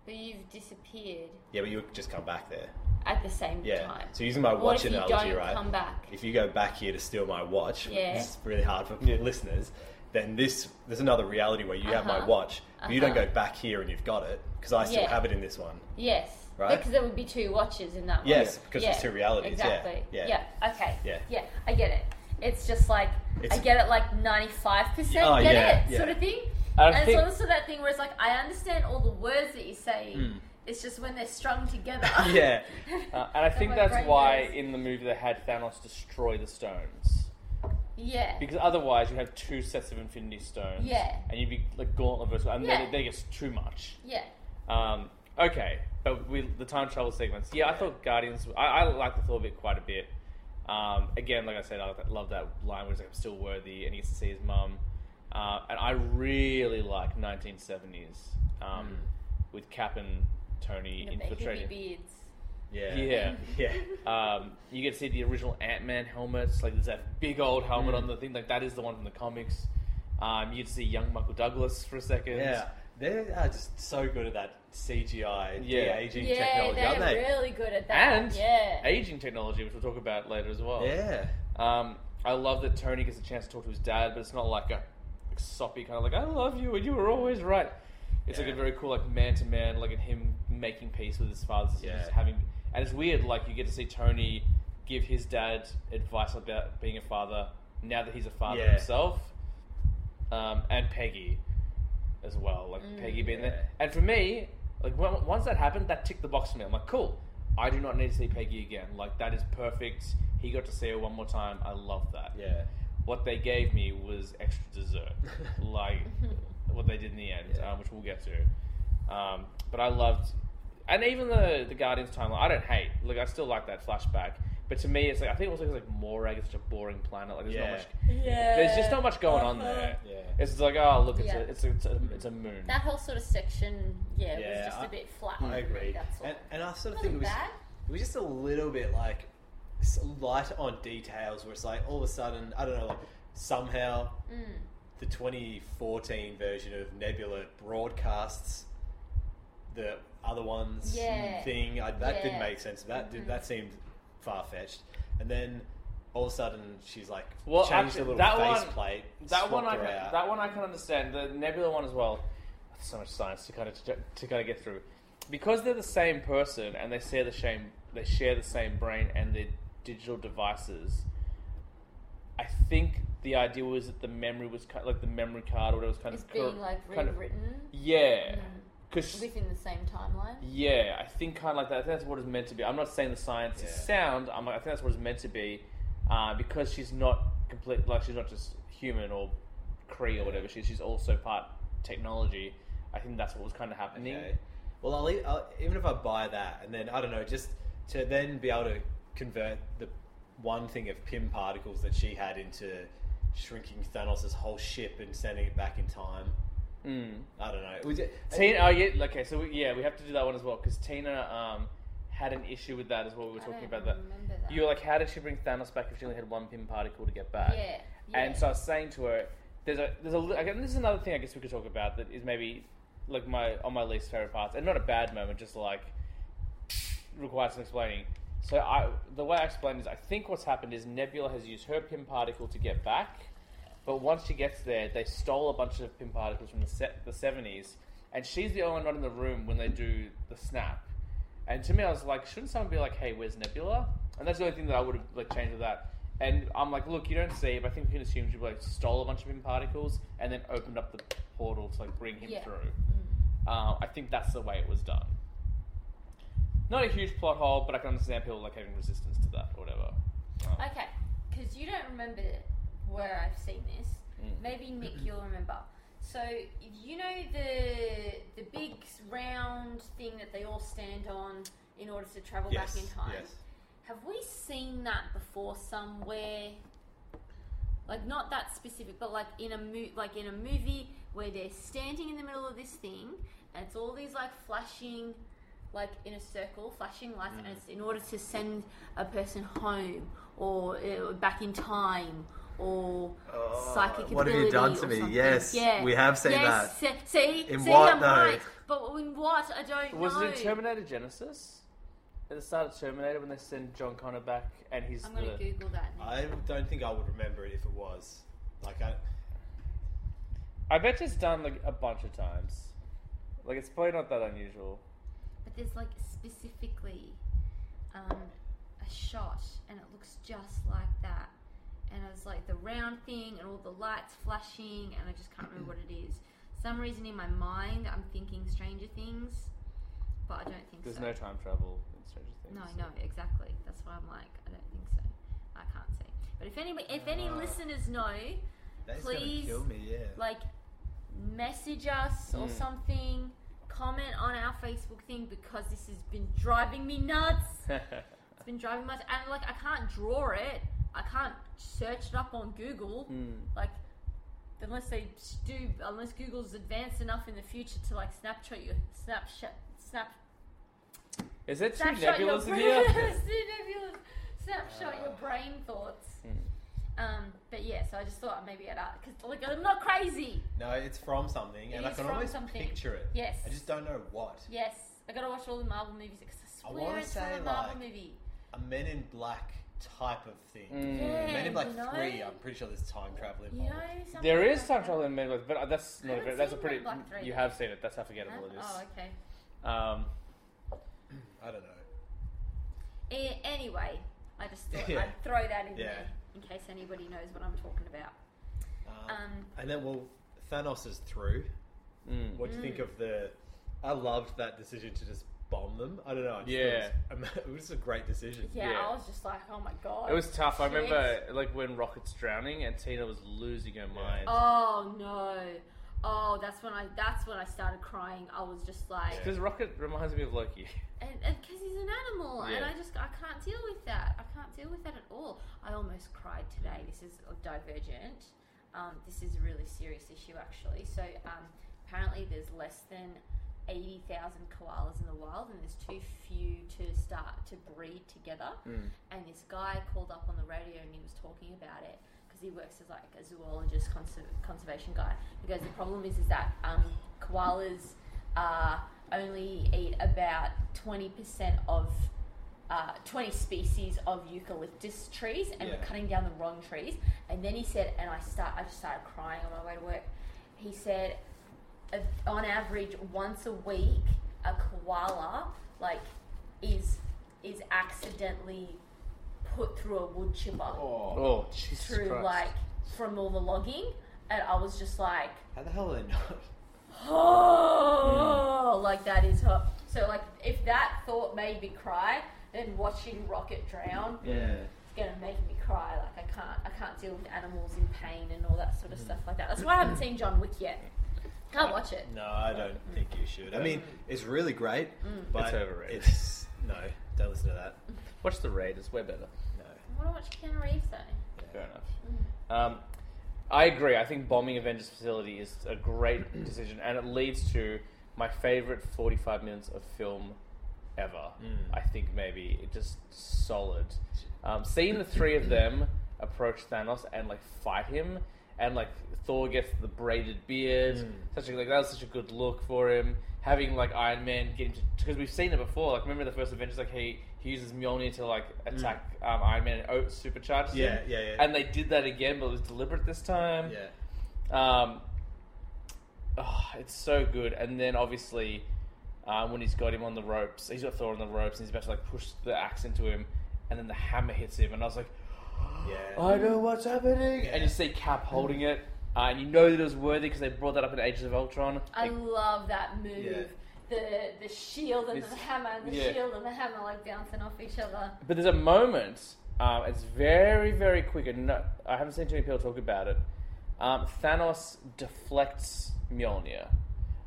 But you've disappeared yeah but you would just come back there at the same yeah time. so using my what watch if you analogy don't right come back? if you go back here to steal my watch, Yeah. it's really hard for listeners. Then this there's another reality where you have my Uh-huh. watch, but you don't Uh-huh. go back here and you've got it because I still Yeah. have it in this one. Yes. Right? Because there would be two watches in that one. Yes, because there's two realities, yeah, Exactly. yeah. Okay. Yeah. Yeah. I get it. It's just like It's- I get it like ninety five percent Oh, get yeah, it yeah. sort of thing. I and think- it's also that thing where it's like I understand all the words that you're saying. It's just when they're strung together. Hmm. Yeah, Uh, and I think my that's brain why goes- in the movie they had Thanos destroy the stones. Yeah. Because otherwise you have two sets of Infinity Stones. Yeah. And you'd be like gauntlet versus and then Yeah. it then gets too much. Yeah. Um, okay. But we the time travel sequence. Yeah, I thought Guardians I, I like the Thor bit quite a bit. Um, again, like I said, I love that, love that line where he's like, I'm still worthy and he gets to see his mum. Uh, and I really like 1970s um, with Cap and Tony The infiltrating. baby beards. yeah, Yeah. yeah. Um, you get to see the original Ant Man helmets. Like there's that big old helmet Mm. on the thing. Like that is the one from the comics. Um, you get to see young Michael Douglas for a second. Yeah. They are just so good at that CGI Yeah. aging Yeah, technology, aren't they're they? really good at that. And yeah. aging technology, which we'll talk about later as well. Yeah, Um, I love that Tony gets a chance to talk to his dad, but it's not like a like soppy kind of like I love you and you were always right. It's like Yeah. a very cool like man to man like and him making peace with his father, Yeah. just having and it's weird like you get to see Tony give his dad advice about being a father now that he's a father Yeah. himself, um, and Peggy as well, like Peggy being there. And for me, like when, once that happened, that ticked the box for me. I'm like, cool. I do not need to see Peggy again. Like that is perfect. He got to see her one more time. I love that. yeah. What they gave me was extra dessert. like what they did in the end, Yeah. um, which we'll get to. Um, but I loved, and even the the Guardians timeline. I don't hate. Like I still like that flashback. But to me, it's like I think it was like Morag is such a boring planet. Like there's Yeah. not much. yeah. There's just not much going on there. Yeah. It's just like oh look, it's Yeah. a it's a, it's a it's a moon. That whole sort of section, yeah, Yeah, was just I- a bit flat. I for me, agree. That's all. And, and I sort of think Wasn't it was bad. It was just a little bit like s- light on details where it's like all of a sudden, I don't know, like somehow Mm. the 2014 version of Nebula broadcasts the other one's Yeah. thing. I, that didn't Yeah. Mm-hmm. make sense. That did, that seemed far fetched. And then all of a sudden she's like Well, changed actually, the that little one- faceplate. That one, I swapped her can, out. that one I can understand. The Nebula one as well. So much science to kind of to, kind of get through, because they're the same person and they share the same they share the same brain and their digital devices. I think the idea was that the memory was kind like the memory card or whatever was kind It's of cor- being like kind of- rewritten Mm. yeah, because within the same timeline. yeah, I think kind of like that. I think that's what it's meant to be. I'm not saying the science Yeah. is sound. I'm like, I think that's what it's meant to be, uh, because she's not complete. Like she's not just human or Kree or whatever she is, she's also part technology. I think that's what was kind of happening. Okay. Well, I'll, e- I'll even if I buy that, and then I don't know, just to then be able to convert the one thing of Pym particles that she had into shrinking Thanos' whole ship and sending it back in time. Hmm. Mm. I don't know. Was it, Tina, oh yeah, okay, so we, yeah, we have to do that one as well because Tina um, had an issue with that as well. We were I talking don't about that. remember that. You were like, how did she bring Thanos back if she only had one pin particle to get back? Yeah, And yeah. so I was saying to her, there's a there's a li- again, this is another thing I guess we could talk about that is maybe like my on my least favorite parts and not a bad moment, just like requires some explaining. So I the way I explained is I think what's happened is Nebula has used her pin particle to get back, but once she gets there, they stole a bunch of pin particles from the set the seventies, and she's the only one not in the room when they do the snap. And to me, I was like, shouldn't someone be like, hey, where's Nebula? And that's the only thing that I would have like changed with that. And I'm like, look, you don't see it, but I think we can assume she like stole a bunch of him particles and then opened up the portal to like bring him Yeah. through. Uh, I think that's the way it was done. Not a huge plot hole, but I can understand people like having resistance to that or whatever. Um, Oh. Okay, because you don't remember where I've seen this. Mm. Maybe Nick, you'll remember. So you know the the big round thing that they all stand on in order to travel yes, back in time. yes. Have we seen that before somewhere? Like not that specific, but like in a mo- like in a movie where they're standing in the middle of this thing, and it's all these like flashing, like in a circle, flashing lights, and it's in order to send a person home or uh, back in time or psychic Oh, what have you ability done to or me? something. Yes, yeah. we have seen yes, that. se- See, In see, what, I'm though? right. But in what I don't Was know. it in Terminator Genesis? At the start of Terminator when they send John Connor back and he's I'm gonna the... Google that. Now. I don't think I would remember it if it was like I. I bet it's done like a bunch of times. Like it's probably not that unusual. But there's like specifically um, a shot, and it looks just like that. And it's like the round thing, and all the lights flashing, and I just can't remember what it is. Some reason in my mind, I'm thinking Stranger Things, but I don't think There's so. no time travel in Stranger Things. No, no, exactly. That's why I'm like, I don't think so. I can't say. But if any, if any Uh, Ah. listeners know, That's Please, gonna kill me. Yeah. like message us or Mm. something comment on our facebook thing because this has been driving me nuts it's been driving me nuts and like i can't draw it i can't search it up on google Hmm. like unless they s- do unless google's advanced enough in the future to like snapshot your snapshot snap Is there two snapshot your nebulas in brain, here? nebulas, snapshot Ah. your brain thoughts Hmm. um but yeah so i just thought maybe i'd because like i'm not crazy no, it's from something, and It I is can from always something. picture it. Yes. I just don't know what. Yes, I gotta watch all the Marvel movies because I I swear wanna it's from say, a Marvel like, movie. A Men in Black type of thing. Yeah, Men in Black you know, three. I'm pretty sure there's time travel You know, involved. something There is like time that. travel in Men in Black, but uh, that's I not a haven't very, that's a seen pretty. Men in Black three You yet. have seen it. That's how Huh? forgettable it Oh, is. okay. Um, I don't know. A- anyway, I just thought Yeah. I'd throw that in Yeah. there in case anybody knows what I'm talking about. Oh. Um, Um, and then, well, Thanos is through. mm. What do you think of the? I loved that decision to just bomb them. I don't know. I just Yeah. thought it was, it was just a great decision. yeah, Yeah. I was just like, oh my god. It was tough. I Shit. remember like when Rocket's drowning and Tina was losing her mind. Oh no. Oh, that's when I that's when I started crying. I was just like, Because Rocket reminds me of Loki. and because he's an animal, and Yeah. I just I can't deal with that. I can't deal with that at all. I almost cried today. This is divergent. Um, this is a really serious issue, actually. So um, apparently, there's less than eighty thousand koalas in the wild, and there's too few to start to breed together. And this guy called up on the radio, and he was talking about it because he works as like a zoologist, conser- conservation guy. He goes, the problem is is that um, koalas uh, only eat about twenty percent of uh, 20 species of eucalyptus trees and we're Yeah. cutting down the wrong trees and then he said and i start i just started crying on my way to work he said uh, on average once a week a koala like is is accidentally put through a wood chipper Oh, Jesus through Christ. like from all the logging and i was just like How the hell are they not? Mm. oh like that is her so like if that thought made me cry then watching rocket drown Yeah. gonna make me cry. Like I can't, I can't deal with animals in pain and all that sort Mm. of stuff like that. That's why I haven't seen John Wick yet. Can't watch it. No, I don't think you should. I mean, it's really great, but It's overrated. It's no, don't listen to that. Watch the Raiders. We're better. No, I want to watch Keanu Reeves though. Fair enough. Um, I agree. I think bombing Avengers facility is a great decision, and it leads to my favorite forty-five minutes of film ever. Mm. I think maybe it just solid. Um, seeing the three of them approach Thanos and like fight him, and like Thor gets the braided beard. Mm. Such a, like that was such a good look for him. Having like Iron Man get him because we've seen it before. Like remember the first Avengers, like he he uses Mjolnir to like attack um, Iron Man and Oates supercharges Mm. Yeah, him. yeah, yeah. And they did that again, but it was deliberate this time. yeah. Um, oh, it's so good. And then obviously, um, when he's got him on the ropes, he's got Thor on the ropes, and he's about to like push the axe into him, and then the hammer hits him, and I was like, Yeah. I know what's happening. And you see Cap holding it, uh, and you know that it was worthy because they brought that up in Ages of Ultron. I Like, love that move. The, the shield and This- the hammer and the yeah. shield and the hammer like bouncing off each other. But there's a moment. Um, it's very, very quick, and no, I haven't seen too many people talk about it. Um, Thanos deflects Mjolnir,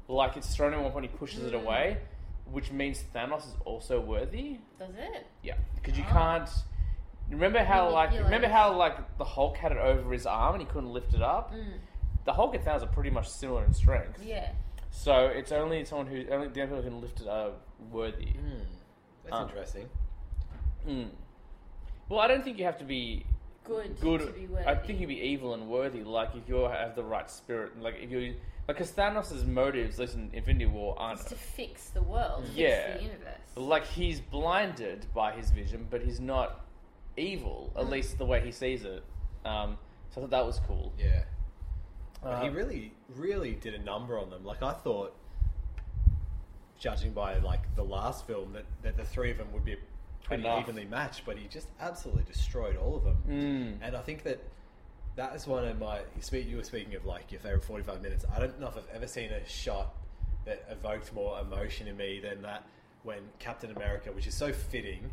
like it's thrown him up when he pushes it away, Mm. which means Thanos is also worthy. Does it? Yeah, because you Oh. can't. Remember how like Manipulate. remember how like the Hulk had it over his arm and he couldn't lift it up. The Hulk and Thanos are pretty much similar in strength, Mm. Yeah. so it's only someone who only the only people who can lift it are worthy. Mm. That's Um, interesting. Mm. Well, I don't think you have to be Good, good. to be worthy. I think you'd be evil and worthy, like if you have the right spirit, and, like if you like, because Thanos' motives, like in Infinity War, aren't It's to fix the world, Yeah. fix the universe. like he's blinded by his vision, but he's not evil, Mm. at least the way he sees it. Um, so I thought that was cool. Yeah. But he Uh, really, really did a number on them. Like I thought, judging by like the last film, that, that the three of them would be pretty Enough. evenly matched, but he just absolutely destroyed all of them. Mm. And I think that that is one of my. you speak- You were speaking of like your favorite forty-five minutes. I don't know if I've ever seen a shot that evoked more emotion in me than that when Captain America, which is so fitting.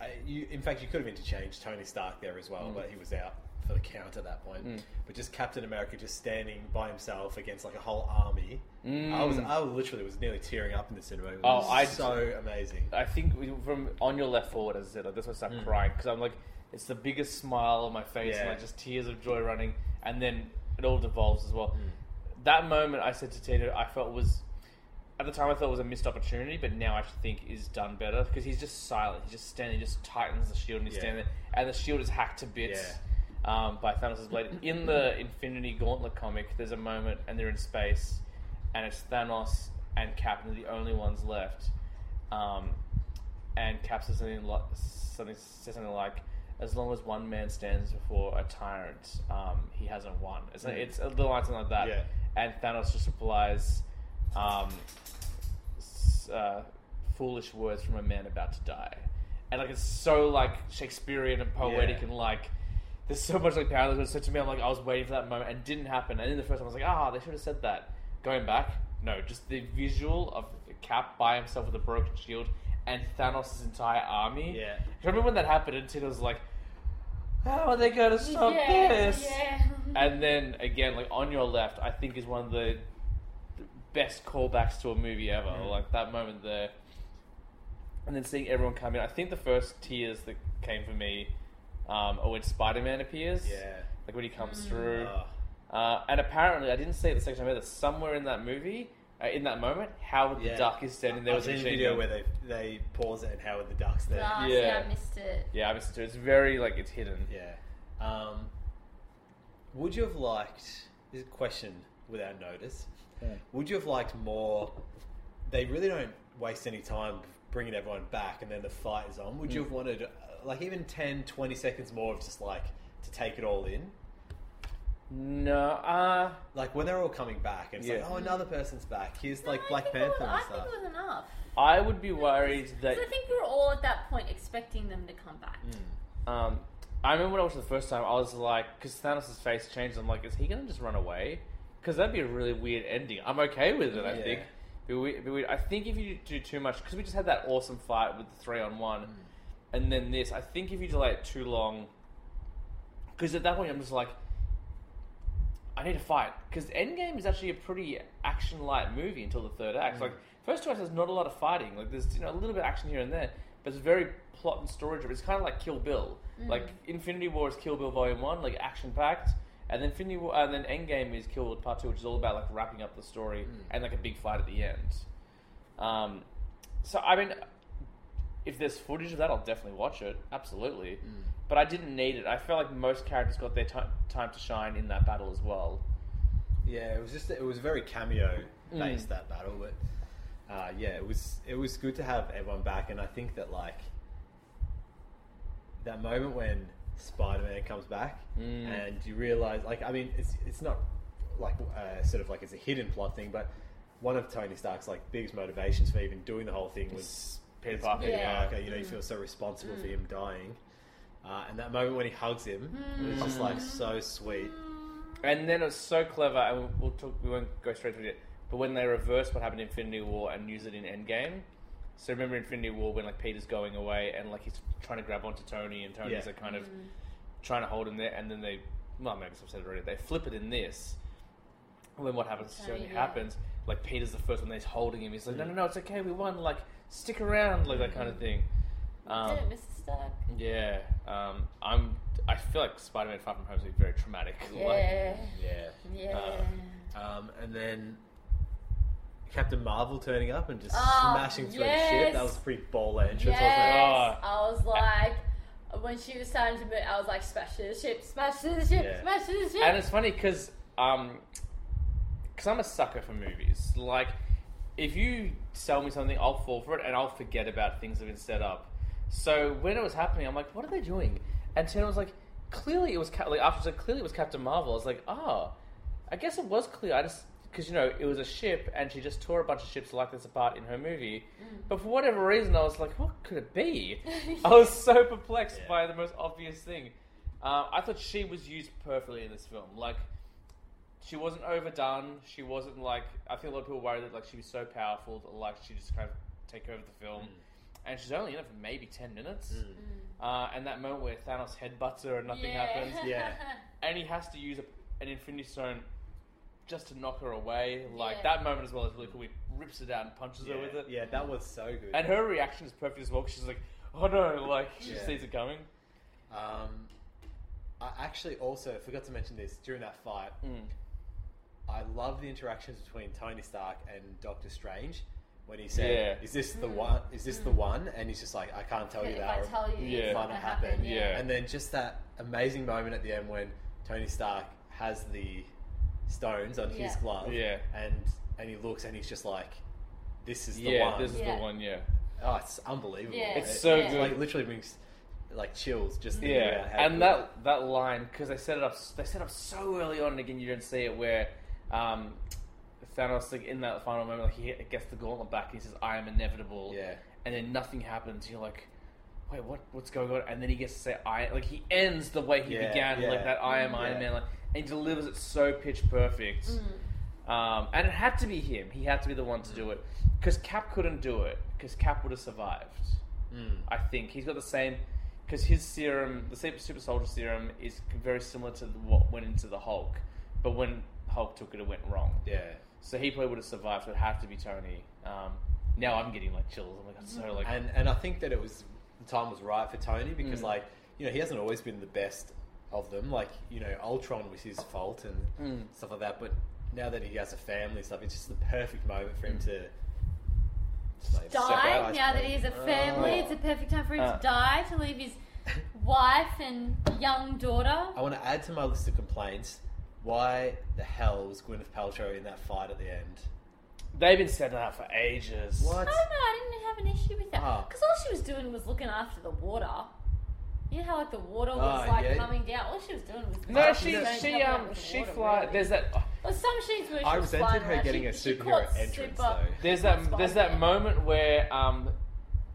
I, you, in fact, you could have interchanged Tony Stark there as Mm. well, but he was out for the count at that point. But just Captain America just standing by himself against like a whole army. I was, I literally was nearly tearing up in the cinema. It Mm. Oh, was I- so amazing. I think we- from on your left forward, as I said, like that's why I start crying because I'm like, it's the biggest smile on my face and Hmm. Yeah. like just tears of joy running, and then it all devolves as well. Hmm. That moment, I said to Tito, I felt was at the time I thought it was a missed opportunity, but now I actually think is done better because he's just silent. He's just standing, he just tightens the shield, and he's Yeah. standing there, and the shield is hacked to bits. Um, by Thanos' blade. In the Infinity Gauntlet comic, there's a moment and they're in space, and it's Thanos and Cap, and they're the only ones left. Um, and Cap says something, like, something, says something like, "As long as one man stands before a tyrant, um, he hasn't won." It's, like, it's a little line something like that. Hmm. Yeah. And Thanos just replies, um, s- uh, "Foolish words from a man about to die," and like it's so like Shakespearean and poetic Yeah. and like. There's so much like power in those words. So to me, I'm like, I was waiting for that moment and it didn't happen. And then the first time, I was like, ah, they should have said that. Going back, no, just the visual of Cap by himself with a broken shield and Thanos' entire army. Yeah. I remember when that happened, and Tito's like, how are they going to stop yeah, this? yeah. And then again, like on your left, I think is one of the the best callbacks to a movie ever. Mm. Like that moment there, and then seeing everyone come in. I think the first tears that came for me um, are when Spider Man appears. Yeah. like when he comes through. Oh. Uh, and apparently, I didn't see it the second time either. Somewhere in that movie, uh, in that moment, Howard the Yeah. Duck is standing there There was with a a machine video gun. where they they pause it and Howard the Duck's there. Ah, see, Yeah. I missed it. Yeah, I missed it. too. It's very like it's hidden. Yeah. Um, would you have liked this is a question without notice? Would you have liked more? They really don't waste any time bringing everyone back, and then the fight is on. Would you have wanted uh, like even 10, 20 seconds more of just like to take it all in? No, uh, Like when they're all coming back, and it's Yeah. like, oh, another person's back. Here's No, like I Black think it was- Panther and stuff. I think it was enough. I would be worried that. 'Cause I think we were all at that point expecting them to come back. Um, I remember when I watched it the first time, I was like, because Thanos' face changed. I'm like, is he gonna just run away? Because that'd be a really weird ending. I'm okay with it. I Yeah. think. Be we- be weird. I think if you do too much, because we just had that awesome fight with the three on one, and then this. I think if you delay it too long, because at that point I'm just like, I need to fight. Because Endgame is actually a pretty action light movie until the third act. Like first two acts, there's not a lot of fighting. Like there's you know a little bit of action here and there, but it's very plot and story driven. It's kind of like Kill Bill. Like Infinity War is Kill Bill Volume One, like action packed. And then Infinity War, and then Endgame is Kill Bill Part Two, which is all about like wrapping up the story and like a big fight at the end. Um, so I mean, if there's footage of that, I'll definitely watch it. Absolutely. But I didn't need it. I felt like most characters got their time time to shine in that battle as well. Yeah, it was just it was very cameo based that battle, but uh, yeah, it was it was good to have everyone back, and I think that like that moment when Spider Man comes back and you realize like I mean it's it's not like uh, sort of like it's a hidden plot thing, but one of Tony Stark's like biggest motivations for even doing the whole thing was Peter it's Parker. Peter Yeah. Parker, You know, you feel so responsible for him dying. Uh, and that moment when he hugs him was just like so sweet. And then it's so clever, and we'll- we'll talk, we won't go straight to it. But when they reverse what happened in Infinity War and use it in Endgame, so remember Infinity War when like Peter's going away and like he's trying to grab onto Tony, and Tony's Yeah. like kind of Mm. trying to hold him there, and then they, well, maybe I've said it already. They flip it in this. And then what happens? to Tony, Tony yeah. happens. Like Peter's the first one that's holding him. He's like, no, no, no, it's okay, we won. Like stick around, like that kind of thing. Um, Did it, Mr. Stark? yeah, um, I'm. I feel like Spider-Man: Far From Home is very traumatic. Yeah. Like, Yeah. yeah. uh, Um, and then Captain Marvel turning up and just Oh, smashing through yes. the ship. That was a pretty baller entrance, yes. like, "Ah." I was like, when she was starting to move, I was like, smash through the ship, smash through the ship, Yeah. smash through the ship. and it's funny because um, cause I'm a sucker for movies. Like, if you sell me something, I'll fall for it, and I'll forget about things that have been set up. So when it was happening, I'm like, what are they doing? And Tina was like, clearly it was Cap- like after it was like, clearly it was Captain Marvel. I was like, ah, I guess it was clear. I just because you know it was a ship, and she just tore a bunch of ships like this apart in her movie. But for whatever reason, I was like, what could it be? I was so perplexed Yeah. by the most obvious thing. Um, I thought she was used perfectly in this film. Like, she wasn't overdone. She wasn't like I think a lot of people were worried that like she was so powerful that like she just kind of take over the film. Mm. And she's only in it for maybe ten minutes. Uh, and that moment where Thanos headbutts her and nothing Mm. Yeah. happens, Yeah. and he has to use a, an Infinity Stone just to knock her away. Like Yeah. that moment as well is really cool. He rips her down and punches Yeah, her with it. yeah, that was so good. And her reaction is perfect as well. 'cause she's like, "Oh no!" Like she Yeah. sees it coming. Um, I actually also forgot to mention this during that fight. I love the interactions between Tony Stark and Doctor Strange when he said, Yeah. "Is this the one? Is this the one?" And he's just like, "I can't tell you Hmm. if that." I or tell you, Yeah. it's it might not not gonna happen. happen. Yeah. And then just that amazing moment at the end when Tony Stark has the stones on his Yeah. glove, Yeah. and and he looks and he's just like, "This is the yeah, one." this is Yeah. the one. Yeah, Oh, it's unbelievable. Yeah. It's so Yeah. good. Like literally brings like chills just thinking Yeah, about how and good that that line because they set it up they set up so early on, and again you don't see it where um, Thanos like in that final moment like he gets the gauntlet back and he says I am inevitable. Yeah. and then nothing happens. You're like, wait, what? What's going on? And then he gets to say I like he ends the way he Yeah, began like yeah. that I am Iron Yeah. Man like, and he delivers it so pitch perfect. Um, and it had to be him. He had to be the one to do it because Cap couldn't do it because Cap would have survived. Mm. I think he's got the same because his serum, the super, super soldier serum, is very similar to what went into the Hulk, but when Hulk took it, it went wrong. Yeah. So he probably would have survived. So it'd have to be Tony. Um, now I'm getting like chills. I'm like, I'm so like, And and I think that it was the time was right for Tony because like, you know, he hasn't always been the best of them. Like, you know, Ultron was his fault and stuff like that, but now that he has a family and stuff, it's just the perfect moment for him to like, step Die out. now that he has a family. Oh. It's a perfect time for him Uh. to die to leave his wife and young daughter. Oh, I want to add to my list of complaints why the hell was Gwyneth Paltrow in that fight at the end? they've been setting that for ages. I What? don't know. Oh, I didn't have an issue with that Ah. Oh. because all she was doing was looking after the water. You know how like the water was Oh, like yeah. coming down. All she was doing was Ah, No, like, she going she up um with the she water, fly. really. There's that. Well, some scenes where she I was resented flying her around. getting She- a she superhero caught entrance, super- though. There's that Spider-Man. there's that moment where um,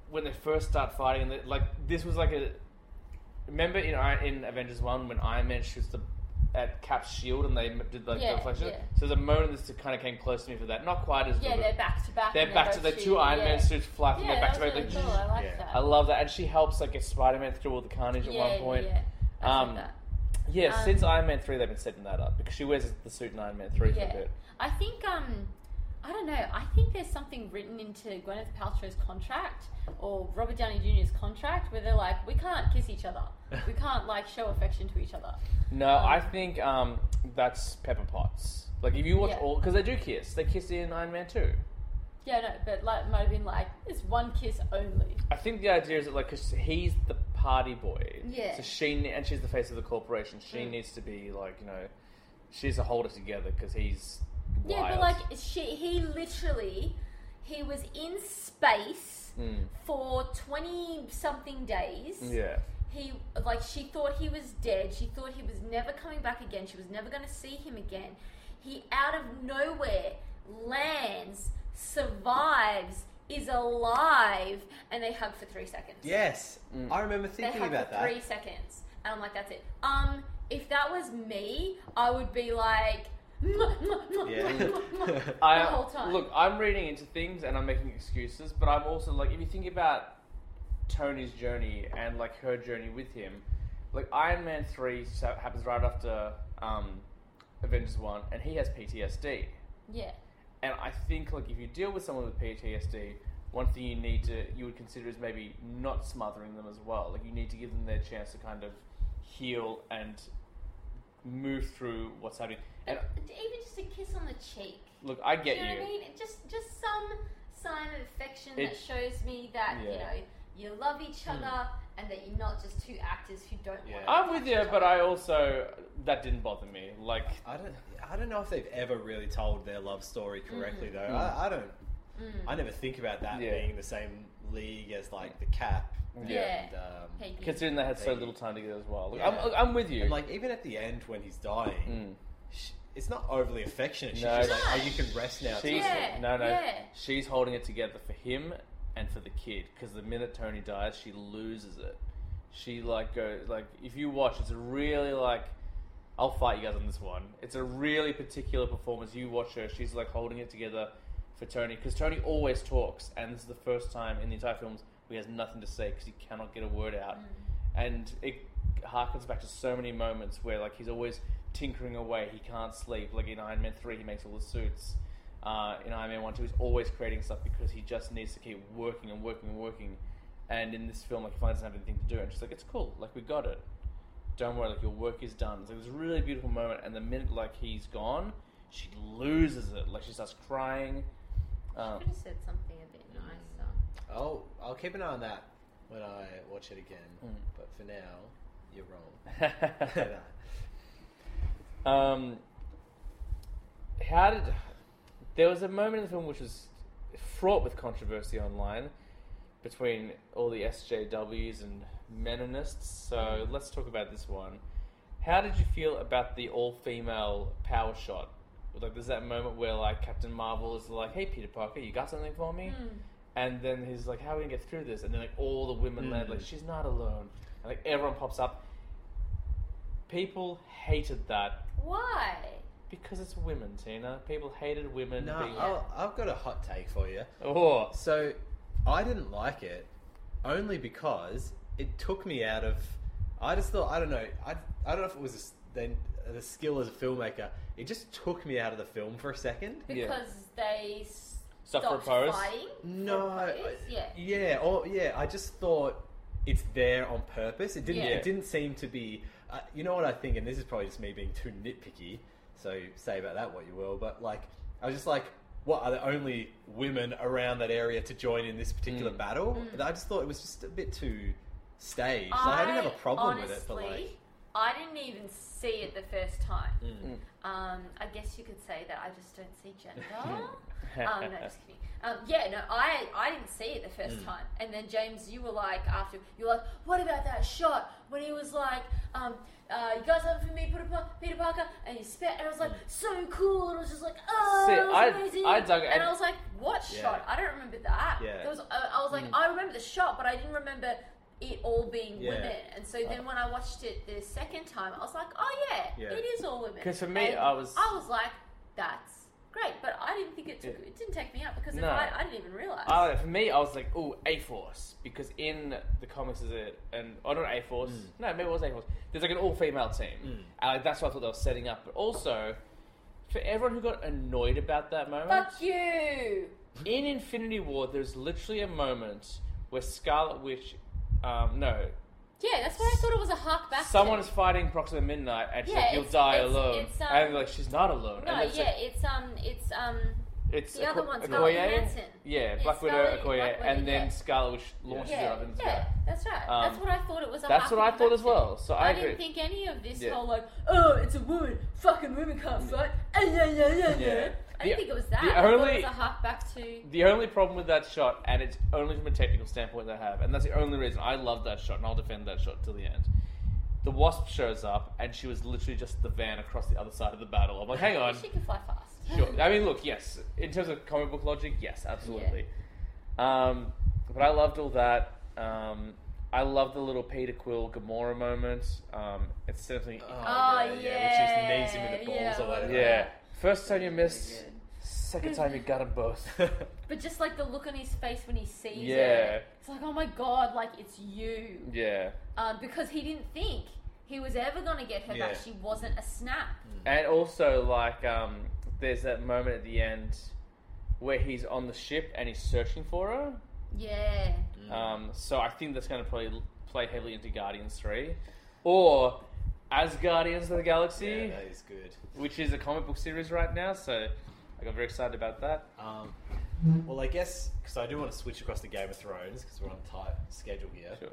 when they first start fighting and they- like this was like a remember in Iron- in Avengers one when Iron Man shoots the at Cap's shield and they m- did like Yeah, the reflection. yeah. So there's a moment that's kind of came close to me for that. Not quite as Yeah, good. they're back to back. They're and back to both the two shooting, Iron yeah. Man suits flapping. Yeah, they're back that to back. was Like, really cool. I like Yeah. that. I love that, and she helps like get Spider-Man through all the carnage at yeah, one point. Yeah, yeah. I Um, like that. Yeah, Um, since Iron Man three, they've been setting that up because she wears the suit in Iron Man three for Yeah. a bit. I think um, I don't know. I think there's something written into Gwyneth Paltrow's contract or Robert Downey Jr.'s contract where they're like, we can't kiss each other. We can't like show affection to each other. No, I think um, that's Pepper Potts. Like if you watch Yeah. all, because they do kiss. They kiss in Iron Man two. Yeah, no, but like it might have been like it's one kiss only. I think the idea is that like 'cause he's the party boy. Yeah. Mm. So she ne- and she's the face of the corporation. She needs to be like you know, she's to hold it together because he's. Yeah, wild. but like she, he literally, he was in space for twenty something days. Hmm. Yeah. he like she thought he was dead she thought he was never coming back again she was never going to see him again he out of nowhere lands survives is alive and they hug for three seconds Yes, I remember they thinking hug about for that. three seconds and i'm like that's it um if that was me i would be like "Mwah, mwah, mwah, Yeah. mwah, mwah, mwah," I, the whole time Look, I'm reading into things and I'm making excuses, but I'm also like, if you think about Tony's journey and like her journey with him, like Iron Man three so- happens right after um, Avengers one, and he has PTSD. yeah And I think like if you deal with someone with PTSD, one thing you need to you would consider is maybe not smothering them as well. Like you need to give them their chance to kind of heal and move through what's happening. And But even just a kiss on the cheek look, I Do get you know what I mean? It Just just some sign of affection that It- shows me that you Yeah. Hmm. know you love each other and that you're not just two actors who don't Yeah. want. To I'm with touch you, each but other. I also that didn't bother me. Like, I don't. I don't know if they've ever really told their love story correctly though. I, I don't. Hmm. I never think about that Yeah. being the same league as like the cap. Yeah. And, um, Peggy. considering they had so Hey. little time together as well. Look, Yeah. I'm, I'm with you. and like even at the end when he's dying, sh it's not overly affectionate. She's Mm. No. just like, oh, you can rest now. she's darling." Yeah, no, no, yeah. she's holding it together for him and for the kid. Because the minute Tony dies, she loses it. She like goes like if you watch, it's a really like. I'll fight you guys on this one. It's a really particular performance. You watch her; she's like holding it together for Tony because Tony always talks, and this is the first time in the entire films where he has nothing to say because he cannot get a word out. Mm. And it harkens back to so many moments where like he's always tinkering away. He can't sleep. Like in Iron Man three, he makes all the suits. Uh, in Iron Man one, two, he's always creating stuff because he just needs to keep working and working and working. And in this film, like he finds anything to do, and she's like, "It's cool. Like we got it." don't worry, like your work is done. It's like this really beautiful moment, and the minute like he's gone, she loses it. Like she starts crying. Um, Should've said something a bit nicer. I'll I'll keep an eye on that when I watch it again. Mm. But for now, you're wrong. um, how did there was a moment in the film which was fraught with controversy online between all the SJWs and meninists. So let's talk about this one. How did you feel about the all-female power shot? Like, there's that moment where like Captain Marvel is like, "Hey, Peter Parker, you got something for me?" And then he's like, "How are we gonna get through this?" And then like all the women land like, "She's not alone," and like everyone pops up. People hated that Why? because it's women, Tina. People hated women. no, being... I'll, I've got a hot take for you. oh, So I didn't like it only because it took me out of. I just thought I don't know. I, I don't know if it was a s then the skill as a filmmaker. It just took me out of the film for a second. Yeah. Because they s- Stuff for stopped a pose? fighting. for No, a pose? I- yeah. yeah, or yeah. I just thought it's there on purpose. It didn't. Yeah. It didn't seem to be. Uh, you know what I think, and this is probably just me being too nitpicky. So say about that what you will, but like I was just like, what are the only women around that area to join in this particular battle? Mm. And I just thought it was just a bit too staged. Like, I, didn't have a problem with it, but honestly, like, I didn't even see it the first time. Mm. Um, I guess you could say that I just don't see gender. um, no, just kidding. Um, yeah, no, I I didn't see it the Mm. first time, and then James, you were like after you were like, what about that shot when he was like, um, uh, you guys have for me, Peter, Pa- Peter Parker, and he spit, and I was like, Mm. so cool, and I was just like, oh, See, that was I- amazing. I dug it, and and- I was like, what Yeah. shot? I don't remember that. Yeah. Mm. There was, I, I was like, I remember the shot, but I didn't remember it all being Yeah. women. And so then when I watched it the second time, I was like, oh yeah, Yeah. it is all women. 'Cause for me, And I was- I was like, that's great, but I didn't think it took, Yeah. it didn't take me out because if No. I, I didn't even realize. Uh, for me, I was like, ooh, A Force. Because in the comics, is it. And, oh, not A Force. No, maybe it was A Force. There's like an all female team. And like, that's what I thought they were setting up. But also, for everyone who got annoyed about that moment, Fuck you! in Infinity War, there's literally a moment where Scarlet Witch. Um, no. Yeah, that's why I thought it was a hark back. to- Someone is fighting Proxima Midnight and she's Yeah, like, you'll it's- die it's- alone. it's, um, and like, she's not alone. No, and it's, yeah, like, it's um, it's um, It's The other Okoye- one's Scarlett Okoye? Johansson. Yeah, Yeah, Black Widow, Scarlett- Okoye, Black Widow, and then yeah. Scarlet Witch launches yeah, her up into the yeah, sky. that's right. Um, that's what I thought it was. A that's what hark I thought back as to. well, so I didn't agree. think any of this Yeah. whole like, oh, it's a woman, fucking women can't fight. ah, yeah, yeah, yeah, yeah. Yeah. I didn't The- think it was that. the I thought only- it was a hark back to. The only problem with that shot, and it's only from a technical standpoint that I have, and that's the only reason I love that shot, and I'll defend that shot till the end. The Wasp shows up, and she was literally just the van across the other side of the battle. I'm like, hang on. She can fly fast. Sure. I mean, look, yes. In terms of comic book logic, yes, absolutely. Um, but I loved all that. Um, I loved the little Peter Quill Gamora moment. Um, it's definitely Oh, Which is knees him in the balls yeah, or whatever. yeah. yeah. First time you missed, second time you got them both. But just like the look on his face when he sees Yeah. it, it's like, oh my god, like it's you. yeah. Um, because he didn't think he was ever gonna get her back. Yeah. She wasn't a snap. Hmm. And also, like, um, there's that moment at the end where he's on the ship and he's searching for her. Yeah. Hmm. Um, so I think that's going to play play heavily into Guardians Three, or as Guardians of the Galaxy, Yeah, that is good. which is a comic book series right now. So I got very excited about that. Um, well, I guess because I do want to switch across to Game of Thrones because we're on a tight schedule here. Sure.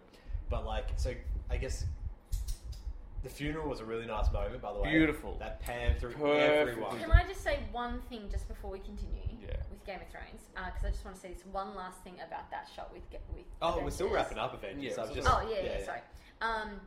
But like, so I guess the funeral was a really nice moment, by the way. Beautiful. That pan through Perfect. everyone. Can I just say one thing just before we continue Yeah. with Game of Thrones? Because I just want to say this one last thing about that shot with Ga- with. Oh, we're still Avengers. wrapping up Avengers. Yeah, I've we're just, Oh yeah, yeah, sorry. Um,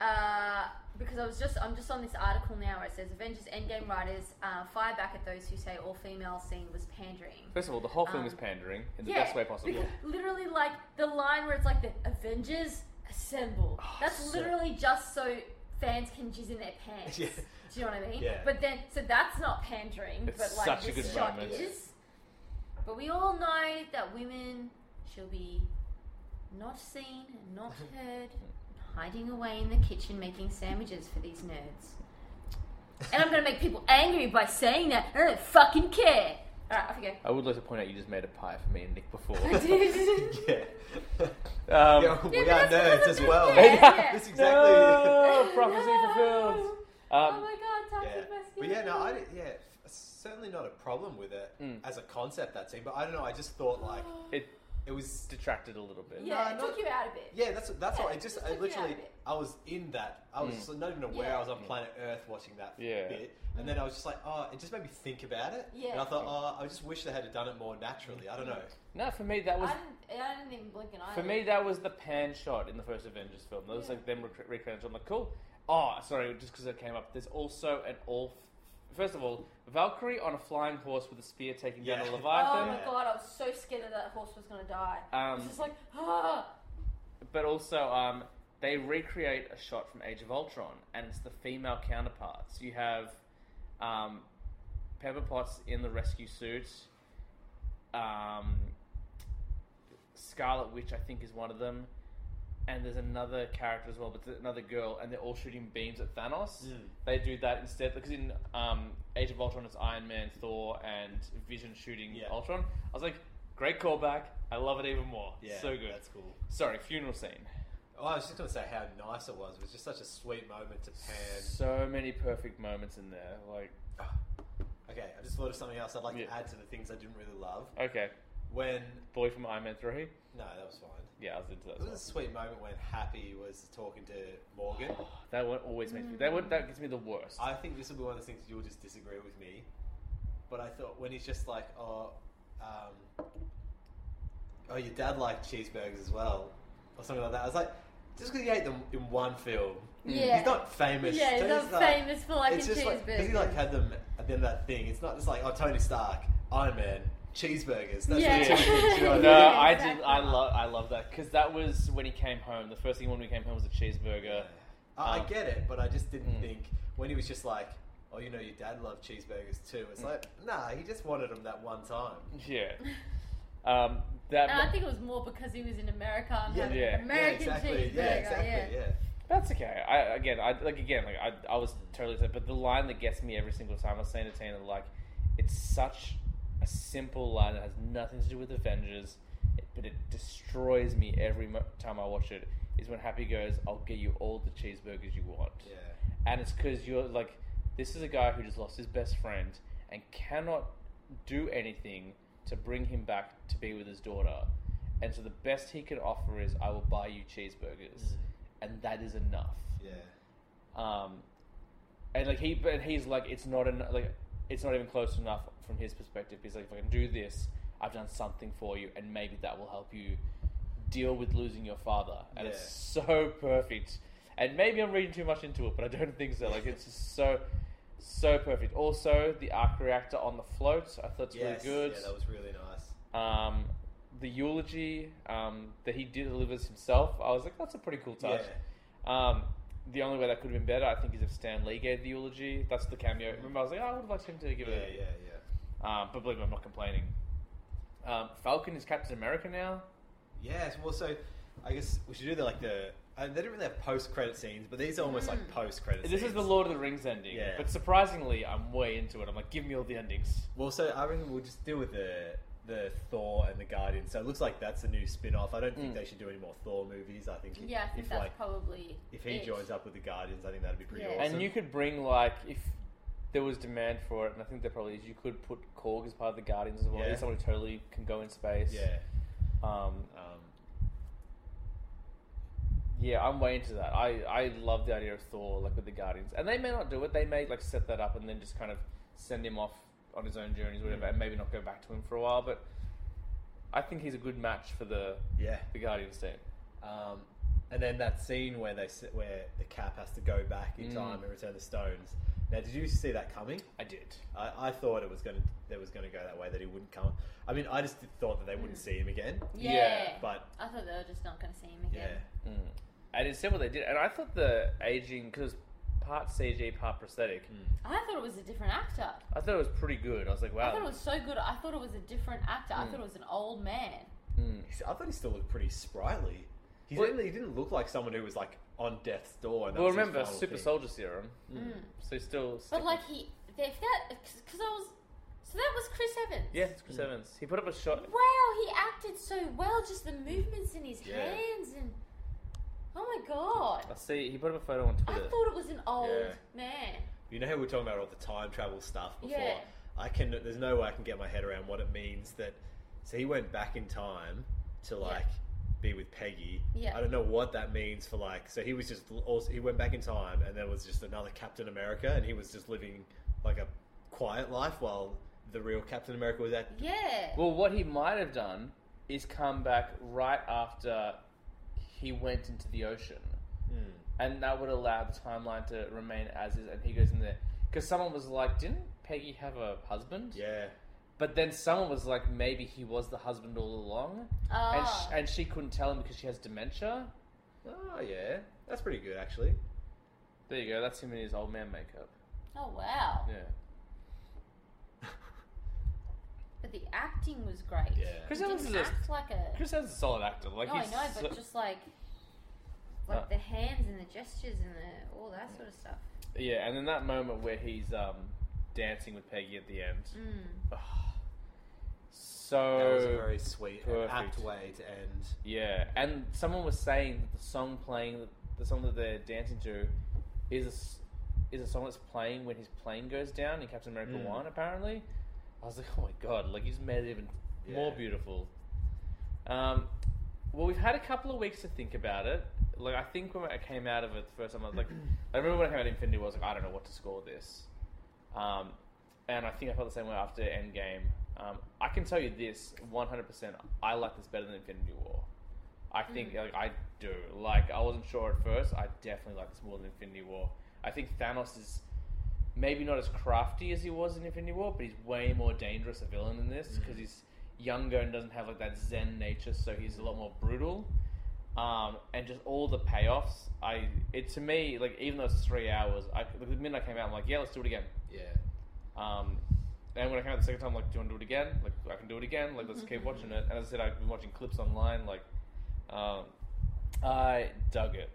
uh, because I was just I'm just on this article now where it says Avengers Endgame writers uh, fire back at those who say all female scene was pandering. First of all, the whole film Um, is pandering in the yeah, best way possible. because Literally, like the line where it's like the Avengers assemble. Oh, That's so- literally just so fans can jizz in their pants. Yeah. Do you know what I mean? Yeah. But then, so that's not pandering, It's but like such a this good shot moment. is. But we all know that women shall be not seen, not heard, hiding away in the kitchen making sandwiches for these nerds. And I'm gonna make people angry by saying that. I don't fucking care. All right, off you go. I would like to point out you just made a pie for me and Nick before. I did. Yeah. Um, yeah, we but are that's nerds because as of well. the nerds, yeah. That's No, exactly. prophecy fulfilled. oh Um, my god, yeah. toxic But masculinity. yeah, no, I did yeah, f- certainly not a problem with it as a concept that scene. But I don't know. I just thought like Mm. it it was. detracted a little bit. Yeah, No, it no. took you out of it. Yeah, that's that's Yeah, why I it just just I took you out literally of it. I was in that. I was not even aware Yeah. I was on planet Earth watching that Mm. Yeah. bit, and then I was just like, oh, it just made me think about it. Yeah. And I thought, oh, I just wish they had done it more naturally. I don't know. No, for me that was I didn't, I didn't even blink an eye. For me, that was the pan shot in the first Avengers film. That was Yeah. like them rec- recreating. I'm like, cool. Oh, sorry, just because it came up. There's also an all. First of all, Valkyrie on a flying horse with a spear taking down Yeah. a Oh Leviathan. my god, I was so scared that that horse was gonna die. I was Um, just like, ah. But also, um, they recreate a shot from Age of Ultron, and it's the female counterparts. You have um, Pepper Potts in the rescue suit. Um, Scarlet Witch, I think, is one of them. And there's another character as well, but there's another girl, and they're all shooting beams at Thanos. Mm. They do that instead because in um, Age of Ultron, it's Iron Man, Thor, and Vision shooting Yeah. Ultron. I was like, great callback. I love it even more. Yeah, so good. That's cool. Sorry, funeral scene. Oh, I was just gonna say how nice it was. It was just such a sweet moment to pan. So many perfect moments in there. Like, Okay, I just thought of something else I'd like Yeah. to add to the things I didn't really love. okay, When boy from Iron Man three. no, that was fine. Yeah, I was into It that. as was a well. sweet moment when Happy was talking to Morgan. That one always makes me. That one that gets me the worst. I think this will be one of the things you'll just disagree with me. But I thought when he's just like, oh, um, oh, your dad liked cheeseburgers as well, or something like that. I was like, just because he ate them in one film, Yeah. he's not famous. Yeah, he's Tony's not famous for liking it's just like 'cause he cheeseburgers. like had them at the end of that thing. It's not just like oh, Tony Stark, Iron Man, cheeseburgers. That's Yeah. the two things. you know what I mean? No, Yeah, I did. exactly. I love. I love that because that was when he came home. The first thing when we came home was a cheeseburger. I, I Um, get it, but I just didn't Mm. think when he was just like, "Oh, you know, your dad loved cheeseburgers too." Hmm. It's like, nah, he just wanted them that one time. Yeah. Um, that. And I think it was more because he was in America and Yeah. having Yeah. an Uh-huh. American yeah, exactly. cheeseburger. Yeah, exactly. Yeah. That's okay. I again, I like again, like I, I was totally upset. But the line that gets me every single time I was saying to Tina, like, it's such a simple line that has nothing to do with Avengers, it, but it destroys me every mo- time I watch it. Is when Happy goes, "I'll get you all the cheeseburgers you want," yeah, and it's because you're like, this is a guy who just lost his best friend and cannot do anything to bring him back to be with his daughter, and so the best he can offer is, "I will buy you cheeseburgers." and that is enough. yeah, Um, and like he, but he's like, it's not en- like it's not even close enough from his perspective. He's like, if I can do this, I've done something for you, and maybe that will help you deal with losing your father. And it's so perfect. And maybe I'm reading too much into it, but I don't think so. Like it's just so, so perfect. Also, the arc reactor on the float, I thought it's Yes, really good Yeah, that was really nice. um, the eulogy um, that he did delivers himself, I was like, that's a pretty cool touch. Um, the only way that could have been better, I think, is if Stan Lee gave the eulogy. That's the cameo. Remember, I was like, oh, I would have liked him to give Yeah, it. yeah, yeah. Um, but believe me, I'm not complaining. Um, Falcon is Captain America now. Yes. Well, so I guess we should do the like the. Uh, they don't really have post credit scenes, but these are almost Hmm. like post credit. This is the Lord of the Rings ending. Yeah. But surprisingly, I'm way into it. I'm like, give me all the endings. Well, so I reckon we'll just deal with the the Thor and the Guardian. So it looks like that's a new spin off. I don't think Mm. they should do any more Thor movies. I think Yeah, I think if that's like probably. if he it. joins up with the Guardians, I think that'd be pretty Yeah. awesome. And you could bring, like, if there was demand for it, and I think there probably is, you could put Korg as part of the Guardians as well. Yeah. He's someone who totally can go in space. yeah, Um, um, yeah, I'm way into that. I, I love the idea of Thor like with the Guardians, and they may not do it. They may like set that up and then just kind of send him off on his own journeys, or Mm. whatever, and maybe not go back to him for a while. But I think he's a good match for the yeah. the Guardians team. Um, and then that scene where they sit, where the Cap has to go back in Mm. time and return the stones. Now, did you see that coming? I did. I, I thought it was going to that was going to go that way that he wouldn't come. I mean, I just thought that they wouldn't see him again. Yeah. Yeah, But I thought they were just not going to see him yeah, again. Mm. And instead, what they did, and I thought the aging because part CG, part prosthetic. I thought it was a different actor. I thought it was pretty good. I was like, wow. Hmm. I thought it was so good. I thought it was a different actor. I thought it was an old man. Mm. He's- I thought he still looked pretty sprightly. He Well- didn't. He didn't look like someone who was like on death's door. And that Well, was his remember final Super thing. Soldier Serum, so he's still. Mm. But sticking- like he, if that, because I was, so that was Chris Evans. yeah, it's Mm. Chris Evans. He put up a shot. Wow, he acted so well. Just the movements in his Yeah. hands and, oh my god, I see. He put up a photo on I Twitter. thought it was an old Yeah. man. You know how we were talking about all the time travel stuff before. Yeah. I can. There's no way I can get my head around what it means that. So he went back in time to like be with Peggy. Yeah. I don't know what that means for like. So he was just l- also he went back in time and there was just another Captain America and he was just living like a quiet life while the real Captain America was at. Yeah. Well, what he might have done is come back right after he went into the ocean. Hmm. And that would allow the timeline to remain as is, and he goes in there. Because someone was like, didn't Peggy have a husband? Yeah. But then someone was like, maybe he was the husband all along. And, Ah. sh- and she couldn't tell him because she has dementia. Oh yeah, that's pretty good actually. There you go, that's him in his old man makeup. oh wow. Yeah. But the acting was great. Yeah. Chris He Evans didn't is a- act like a. Chris Evans is a solid actor. Like, no, I he's know, but so- just like, No. like the hands and the gestures and the, all that sort of stuff. Yeah, and then that moment where he's um, dancing with Peggy at the end. Mm. Hmm. so That was a very sweet, and Oh. perfect. apt way to end. yeah, and someone was saying that the song playing, the song that they're dancing to, is a, s- is a song that's playing when his plane goes down in Captain America Mm. One. Apparently, I was like, oh my god, like he's made it even more Yeah. beautiful. Um, well, we've had a couple of weeks to think about it. Like, I think when I came out of it the first time, I was like, I remember when I came out of Infinity War, I was like, I don't know what to score this. Um, and I think I felt the same way after Endgame. Um, I can tell you this 100%. I like this better than Infinity War. I think like I do. Like I wasn't sure at first. I definitely like this more than Infinity War. I think Thanos is maybe not as crafty as he was in Infinity War, but he's way more dangerous a villain in this because he's younger and doesn't have like that Zen nature, so he's a lot more brutal. Um, and just all the payoffs, I it to me like even though it's three hours, I the minute I came out, I'm like, yeah, let's do it again. Yeah. Um, and when I came out the second time, I'm like, do you want to do it again? Like, I can do it again. Like, let's keep watching it. And as I said, I've been watching clips online. Like, um, I dug it.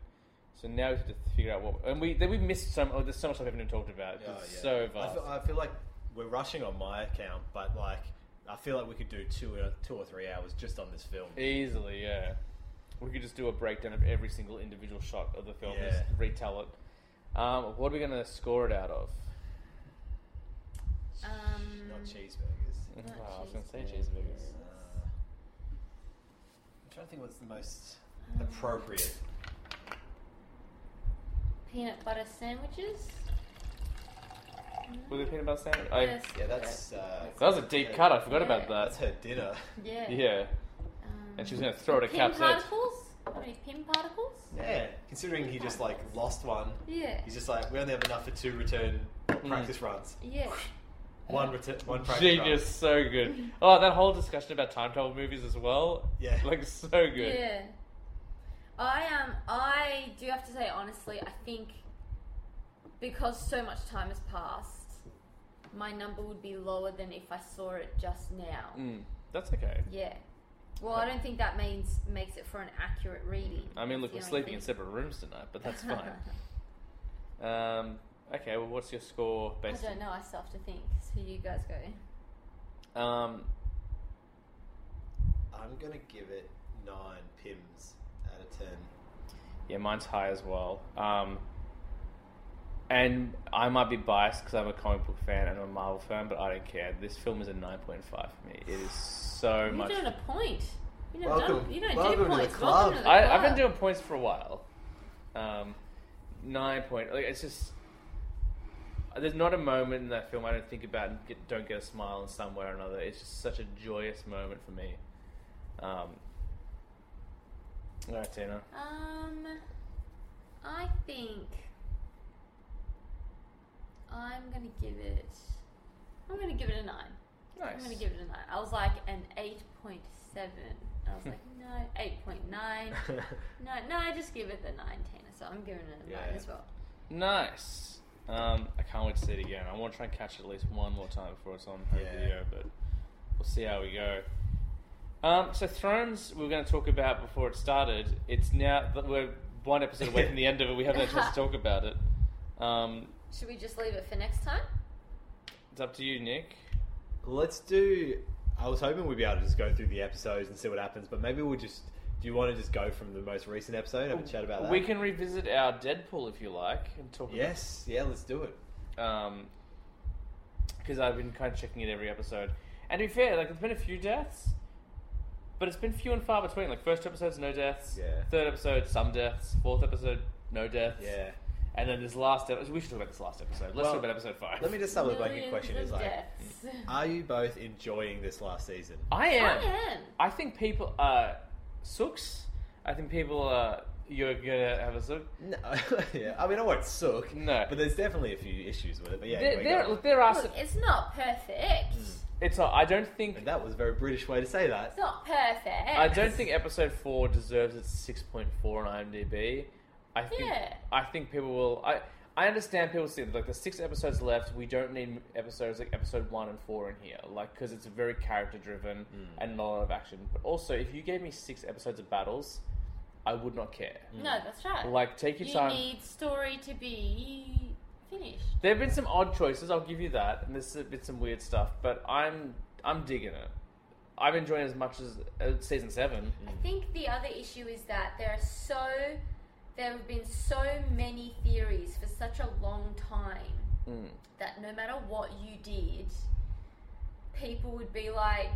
So now we have to figure out what. And we then we missed so much. there's so much stuff we haven't even talked about. 'cause Oh, it's yeah. so I vast. feel, I feel like we're rushing on my account, but like I feel like we could do two uh, two or three hours just on this film. Easily, yeah. We could just do a breakdown of every single individual shot of the film, Yeah. just retell it. Um, what are we going to score it out of? Oh, Um, Not cheeseburgers. Not Wow, I was going to say cheeseburgers. cheeseburgers. Uh, I'm trying to think what's the most appropriate. peanut butter sandwiches. With a peanut butter sandwich? I, Yes. Yeah, that's uh, That was a deep cut. I forgot about that. Yeah. that's her dinner. Yeah. yeah. Um, And she was going to throw it at pin Cap's head. particles. How many pin particles? Yeah, considering he just like lost one, Yeah. he's just like we only have enough for two return Mm. practice runs. Yeah. One return, one practice Genius, so good. Oh, that whole discussion about time travel movies as well. Yeah. Like, so good. Yeah. I um I do have to say honestly, I think because so much time has passed, my number would be lower than if I saw it just now. Mm, that's okay. Yeah. Well, I don't think that means makes it for an accurate reading. I mean, look, we're That's the sleeping only in thing. separate rooms tonight, but that's fine. um, okay, well, what's your score I based don't know. I still have to think. So you guys go. Um, run. I'm gonna give it nine pims out of ten. yeah, mine's high as well. Um, and I might be biased because I'm a comic book fan and I'm a Marvel fan, but I don't care. This film is a 9.5 for me. It is so You've much. done a point. You don't, Welcome- done, you don't welcome do to the points. club. Welcome to the I, I've club. been doing points for a while. Um, nine point. Like it's just there's not a moment in that film I don't think about and get, don't get a smile in some way or another. It's just such a joyous moment for me. Um, all right, Tina. Um, I think I'm gonna give it. I'm gonna give it a nine. Nice. I'm gonna give it a nine. I was like an eight point seven. I was like no, eight point nine. No, no, I just give it the nine, Tina. So I'm giving it a Yeah. nine as well. Nice. Um, I can't wait to see it again. I want to try and catch it at least one more time before it's on home Yeah. video, but we'll see how we go. Um, so Thrones, we were going to talk about before it started. It's now that we're one episode away from the end of it. We haven't had a chance to talk about it. Um, Should we just leave it for next time? it's up to you, Nick. Let's do. I was hoping we'd be able to just go through the episodes and see what happens, but maybe we'll just. Do you want to just go from the most recent episode? Have a chat about that. We can revisit our Deadpool if you like and talk. about- Yes. Yeah. Let's do it. um because I've been kind of checking it every episode. And to be fair, like there's been a few deaths, but it's been few and far between. Like first episode's no deaths, Yeah. third episode some deaths, fourth episode no deaths, Yeah. and then this last episode. We should talk about this last episode. Let's Well, talk about episode five. Let me just start with a blanket Millions question: of Is like, deaths. are you both enjoying this last season? I I am. am. I think people uh sooks. I think people uh you're gonna have a sook. No. yeah. I mean, I won't sook. No. But there's definitely a few issues with it. But yeah. there, anyway, go there, on. look, there are. Look, some- it's not perfect. Hmm. It's. Not, I don't think. And that was a very British way to say It's that. not perfect. I don't think episode four deserves its six point four on IMDb. I think Yeah. I think people will. I I understand people see like the six episodes left. We don't need episodes like episode one and four in here, like because it's very character driven and not a lot of action. But also, if you gave me six episodes of battles, I would not care. No, that's right. Like take your you time. need story to be finished. There have been some odd choices, I'll give you that, and there's been some weird stuff, but I'm I'm digging it. I'm enjoying it as much as uh, season seven. I think the other issue is that there are so there have been so many theories for such a long time Mm. that no matter what you did, people would be like,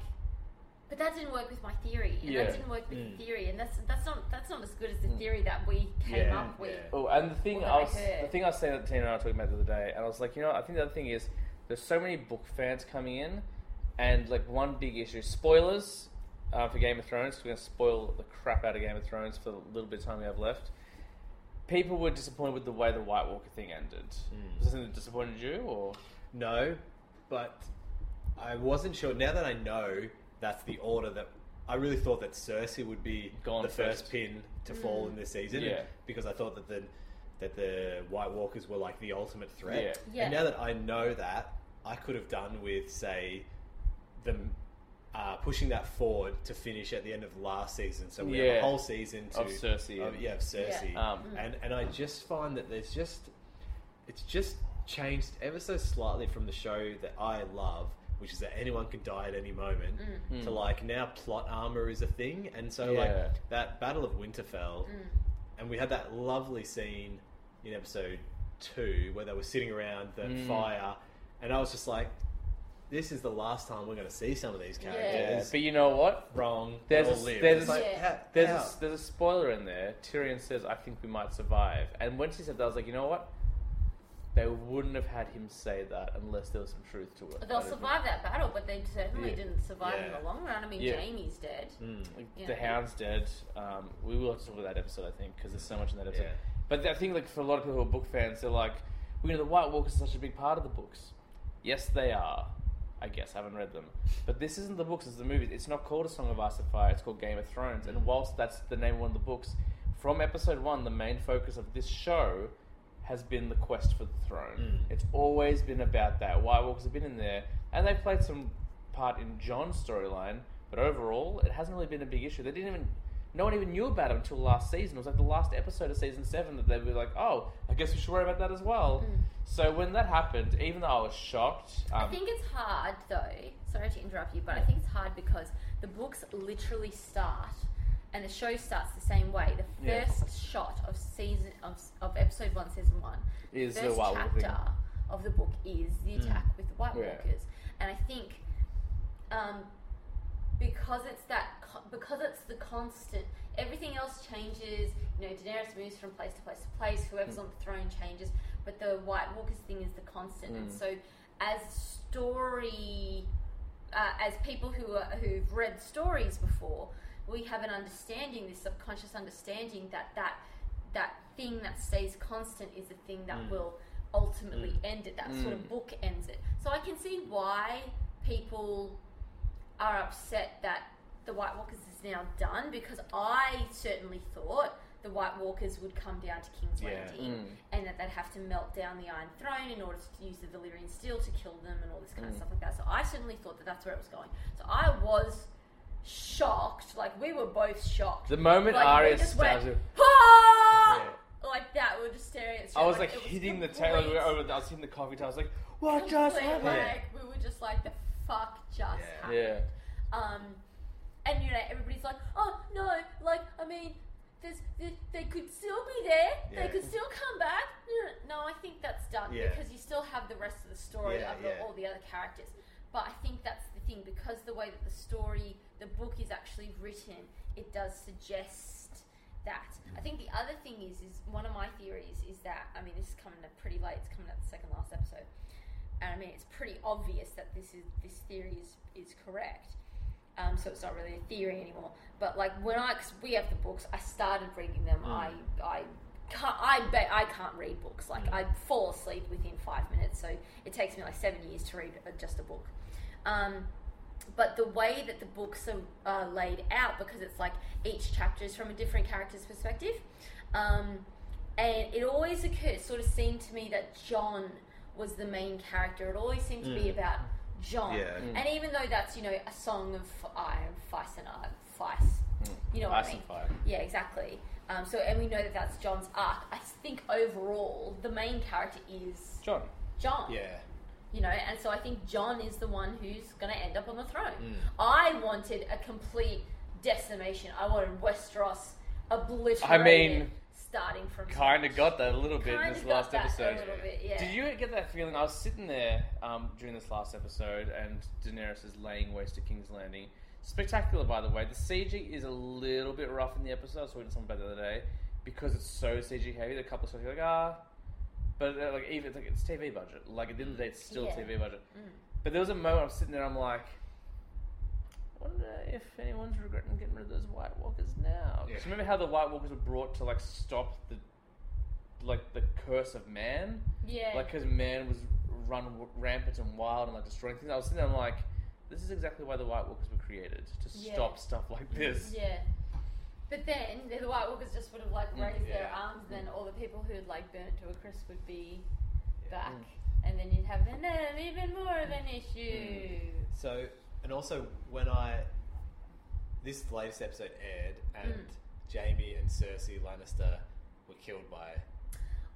"But that didn't work with my theory, and Yeah. Mm. that didn't work with the theory, and that's that's not that's not as good as the theory that we came Yeah, up with." yeah. Oh, and the thing Well, I I was, heard. the thing I was saying that Tina and I were talking about the other day, and I was like, you know, I think the other thing is there's so many book fans coming in, and like one big issue, spoilers uh, for Game of Thrones. 'cause We're gonna spoil the crap out of Game of Thrones for the little bit of time we have left. people were disappointed with the way the White Walker thing ended. Was this something that disappointed you, or No, but I wasn't sure. Now that I know that's the order that I really thought that Cersei would be Gone the first, first. pin to fall in this season Yeah. because I thought that the that the White Walkers were like the ultimate threat. Yeah. Yeah. And now that I know that, I could have done with say them uh, pushing that forward to finish at the end of last season, so we have Yeah. a whole season to Of Cersei of- and- yeah, of Cersei. Yeah. Um, and and I just find that there's just it's just changed ever so slightly from the show that I love, which is that anyone can die at any moment, to like now plot armor is a thing, and so Mm. Yeah. Mm. like that Battle of Winterfell, and we had that lovely scene in episode two where they were sitting around the Mm. fire, and I was just like, this is the last time we're going to see some of these Yeah. characters. but you know what? Wrong. There's they a- all live. there's It's a- like, Yeah. how- There's how? a, there's a spoiler in there. Tyrion says, "I think we might survive," and when she said that, I was like, you know what? They wouldn't have had him say that unless there was some truth to it. I They'll don't survive that battle, but they certainly Yeah. didn't survive in Yeah. the long run. I mean, Yeah. Mm. Jamie's dead. Like, Yeah. The Hound's dead. Um, we will have to talk about that episode, I think, because there's so much in that episode. Yeah. But I think, like, for a lot of people who are book fans, they're like, "We know, the White Walkers are such a big part of the books." Yes, they are. I guess I haven't read them, but this isn't the books; it's the movies. It's not called A Song of Ice and Fire; it's called Game of Thrones. And whilst that's the name of one of the books, from episode one, the main focus of this show has been the quest for the throne. It's always been about that. White Walkers have been in there, and they played some part in John's storyline, but overall, it hasn't really been a big issue. They didn't even. No one even knew about him until last season. It was like the last episode of season seven that they were like, "Oh, I guess we should worry about that as well." So when that happened, even though Hmm. I was shocked, um, I think it's hard though. Sorry to interrupt you, but I think it's hard because the books literally start and the show starts the same way. The Yeah. first shot of season of, of episode one, season one, Is the first White Walker chapter thing. of the book is the attack with the White Yeah. Walkers, and I think um, because it's that co- because it's the constant. Everything else changes. You know, Daenerys moves from place to place to place. Whoever's on the throne changes, but the White Walkers thing is the constant. And so, as story, uh, as people who are, who've read stories before, we have an understanding, this subconscious understanding that that that thing that stays constant is the thing that will ultimately end it. That sort of book ends it. So I can see why people are upset that the White Walkers is now done because I certainly thought the White Walkers would come down to King's Yeah. Landing Mm. and that they'd have to melt down the Iron Throne in order to use the Valyrian steel to kill them and all this Mm. kind of stuff like that. So I certainly thought that that's where it was going. So I was shocked. Like we were both shocked. The moment like, we Arya just stabs went, her- "Ah!" Yeah. Like that, we were just staring at. each I other, was like, it hitting the table. Like, we were complete- over, I was hitting the coffee table. I was like, "What just complete, happened?" Like we were just like, the fuck just Yeah. happened. Yeah, Um, and you know, everybody's like, oh no, like I mean, there's, there, they could still be there. Yeah. They could still come back. No, I think that's done Yeah. because you still have the rest of the story Yeah, of yeah. The, all the other characters. But I think that's the thing because the way that the story, the book is actually written, it does suggest that. I think the other thing is, is one of my theories is that I mean, this is coming up pretty late. It's coming up the second last episode, and I mean, it's pretty obvious that this is this theory is is correct um, so it's not really a theory anymore. But like when I, cause we have the books, I started reading them. I, I can't, I bet I can't read books. Like I fall asleep within five minutes, so it takes me like seven years to read uh, just a book. Um, but the way that the books are uh, laid out, because it's like each chapter is from a different character's perspective, um, and it always occurred, sort of seemed to me that John was the main character. It always seemed to be about John, Yeah. Mm. and even though that's you know a song of iron, vice and art, vice, you know what Ice I and mean? fire. Yeah, exactly. Um, so and we know that that's John's arc. I think overall the main character is John. John yeah. you know and so i think john is the one who's going to end up on the throne i wanted a complete decimation i wanted westeros obliterated I mean, starting from Kind of scratch. got that a little bit in Kinda this got last that episode. a little bit, yeah. Did you get that feeling? I was sitting there um, during this last episode, and Daenerys is laying waste to King's Landing. Spectacular, by the way. The CG is a little bit rough in the episode. I was talking to someone about it the other day because it's so CG heavy. The couple of stuff you're like, ah, but uh, like even it's, like, it's TV budget. Like at the end of the day, it's still Yeah. TV budget. Mm. But there was a moment I'm sitting there, I'm like. I Wonder if anyone's regretting getting rid of those White Walkers now. 'Cause Yeah. remember how the White Walkers were brought to like stop the like the curse of man, Yeah. like because man was run w- rampant and wild and like destroying things. I was sitting there, I'm like, this is exactly why the White Walkers were created to Yeah. stop stuff like this. Yeah. But then the White Walkers just would have like Mm, raised their yeah. arms, and then all the people who had like burnt to a crisp would be back, and then you'd have an even more of an issue. So, and also when I this latest episode aired, and Mm. Jamie and Cersei Lannister were killed by.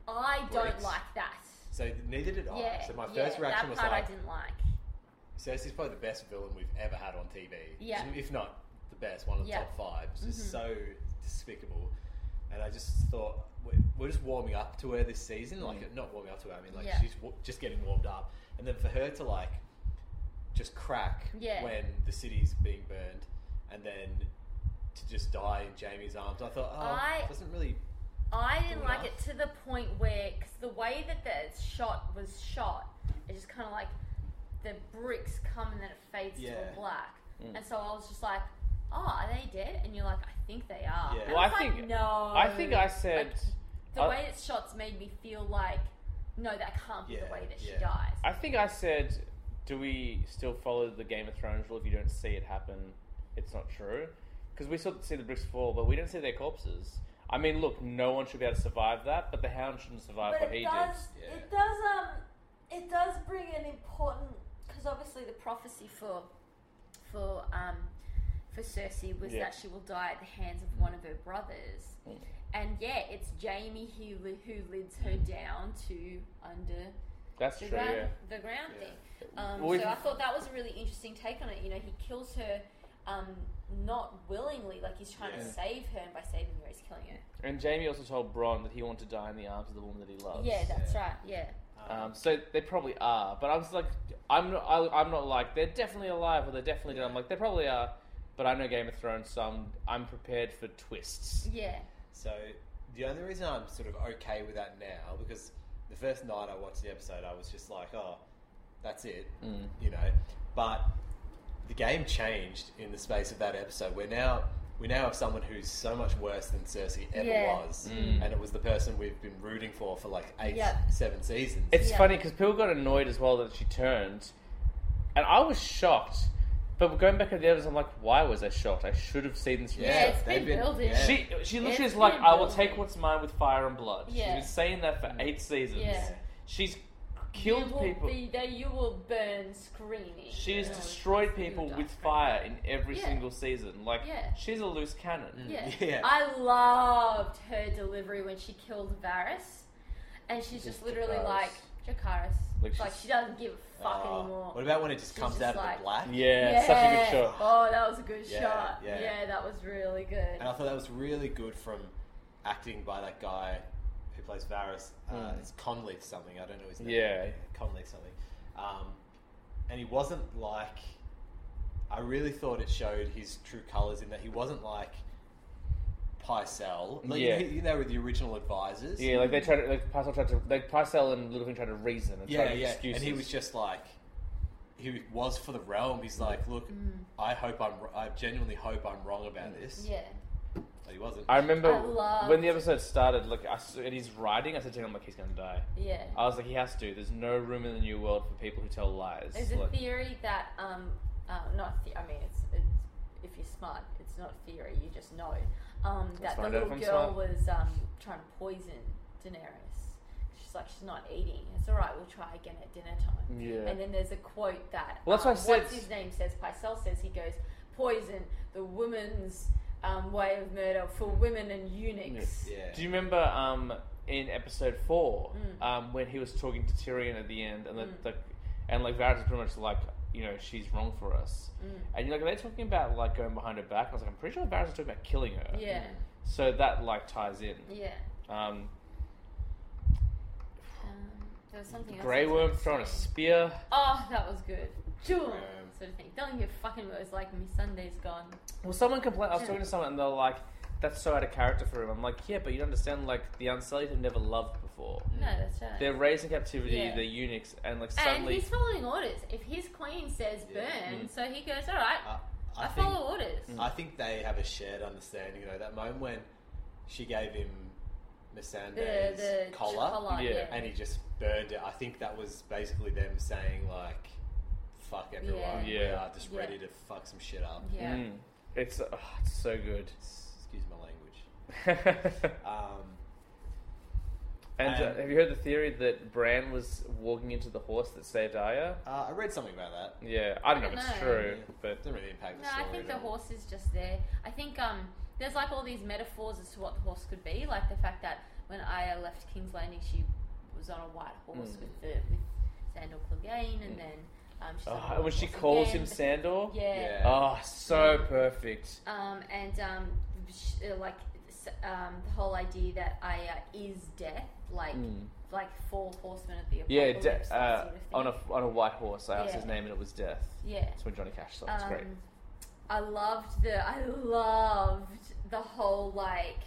I don't Bricks. like that. So neither did I. yeah. Oh, so my yeah, first reaction that was part like, I didn't like. Cersei's probably the best villain we've ever had on TV. Yeah. If not the best, one of the Yeah. Mm-hmm. top five. It's just so despicable. And I just thought, we're, we're just warming up to her this season. Like, not warming up to her, I mean, like, Mm. Yeah. she's wa- just getting warmed up. And then for her to, like, just crack Yeah. when the city's being burned and then to just die in Jamie's arms, I thought, oh, I- it doesn't really. I didn't Fair like enough. it to the point where, because the way that the shot was shot, it just kind of like the bricks come and then it fades to Yeah. Mm. a black. And so I was just like, oh, are they dead? And you're like, I think they are. Yeah. And Well, I was like, think- no. I think I said. Like, the I- way that shots made me feel like, no, that can't be the Yeah, way that yeah. she dies. I think I said, do we still follow the Game of Thrones rule? If you don't see it happen, it's not true. Because we still see the bricks fall, but we don't see their corpses. I mean, look, no one should be able to survive that, but the Hound shouldn't survive but what it he does, yeah. it does, um, it does bring an important because obviously the prophecy for, for um, for Cersei was Yeah. Mm. that she will die at the hands of one of her brothers, and yeah, it's Jamie who li- who lids her down to under did. Mm. That's the true, ground, yeah. the ground Yeah. thing. Um, Well, so if- I thought that was a really interesting take on it. You know, he kills her. Um, not willingly, like he's trying to Yeah. save her, and by saving her, he's killing her. And Jamie also told Bronn that he wanted to die in the arms of the woman that he loves. Yeah, that's right. Yeah, Um, so they probably are, but I was like, I'm not, I, I'm not like they're definitely alive or they're definitely dead. I'm like they probably are, but I know Game of Thrones, so I'm, I'm prepared for twists. yeah. So the only reason I'm sort of okay with that now because the first night I watched the episode, I was just like, oh, that's it, Mm. you know. But the game changed in the space of that episode. We're now we now have someone who's so much worse than Cersei ever Yeah. was, Mm. and it was the person we've been rooting for for like eight, Yeah. seven seasons. It's Yeah. funny because people got annoyed as well that she turned, and I was shocked. But going back to the others, I'm like, why was I shocked? I should have seen this. from Yeah, Yeah, it's they've been been- building. yeah. She she literally is It's like, been I will building. take what's mine with fire and blood. Yeah. She's been saying that for eight seasons. Yeah. She's You killed will people. Be, that you will burn screaming. She has You know, destroyed you people die with screaming. fire in every Yeah. single season. Like Yeah. she's a loose cannon. Yeah. Yeah. I loved her delivery when she killed Varys, and she's just literally Dracarys. like Dracarys. Like, Like, she's- Ah. she doesn't give a fuck Oh, anymore. What about when it just She's comes just out of like- the black? Yeah, such a good shot. Oh, that was a good Yeah, shot. yeah. yeah, that was really good. And I thought that was really good from acting by that guy who plays Varys. Uh, Mm. It's Conleith something. I don't know his name. Yeah. Conleith something. Um, and he wasn't like. I really thought it showed his true colours in that he wasn't like Pycelle. Like, Yeah. You, know, you know, with the original advisors. Yeah, like they tried to, like Parcel tried to, like Parcel and Littlefinger tried to reason and try Yeah, to yeah. excuses. And he was just like, he was for the realm. He's like, look, I hope I'm. r- I genuinely hope I'm wrong about this. Hmm. yeah, But he wasn't. I remember I loved- when the episode started. Like, I, s- and he's riding. I said to him, "I'm like, he's gonna die." yeah. I was like, "He has to." There's no room in the new world for people who tell lies. There's a Like- theory that, um, uh, not the- I mean, it's, it's if you're smart, it's not theory. You just know um, that the find out little if I'm girl smart. was um, trying to poison Daenerys. She's like, she's not eating. It's all right. We'll try again at dinner time. Yeah. And then there's a quote that. Well, that's why I um, said- What's his name says? Pycelle says he goes, poison the woman's um, way of murder for women and eunuchs. yeah. Do you remember um, in episode four Mm. um, when he was talking to Tyrion at the end, and the, the, and like Varys was pretty much like, you know, she's wrong for us, Mm. and you're like, are they talking about like going behind her back? I was like, I'm pretty sure Varys was talking about killing her. Yeah. So that like ties in. Yeah. Um, Um, there was something else. I Grey was Worm gonna throwing a say. spear. Oh, that was good. Sure. Um, sort of thing. Don't give fucking words like me. Sunday's gone. Well, someone complained. I was talking to someone, and they're like, "That's so out of character for him." I'm like, "Yeah, but you don't understand. Like the Unsullied have never loved before. No, that's right. Mm. They're raised in captivity. Yeah. They're eunuchs, and like and suddenly." Mm. he's following orders. If his queen says burn, so he goes, all right, I, I, Uh, I think- follow orders. I think they have a shared understanding. You know that moment when she gave him the Missandei's the collar, collar, Yeah. yeah. and he just burned it. I think that was basically them saying like, "Fuck everyone, Yeah. we Yeah. are just Yeah. ready to fuck some shit up." yeah. Mm. It's, oh, it's so good. S- Excuse my language. and Um, uh, Um, have you heard the theory that Bran was walking into the horse that saved Arya? uh, I read something about that. Yeah, I don't know if I it's don't true, Yeah. but It didn't really impact No, the I story. think the at all. horse is just there. I think um, there's like all these metaphors as to what the horse could be, like the fact that when Aya left King's Landing, she was on a white horse Mm. with the with Sandor Clegane, and then um, she's on a oh, white when she horse calls again, him but- Sandor, yeah. Yeah. oh, so perfect. Um, and um, sh- uh, like s- um, the whole idea that Aya is death, like Mm. like four horsemen of the Yeah, apocalypse, de- that uh, sort of thing. on a on a white horse. I asked Yeah. his name and it was Death. yeah. That's when Johnny Cash saw. it. It's Um, great. I loved the I loved the whole like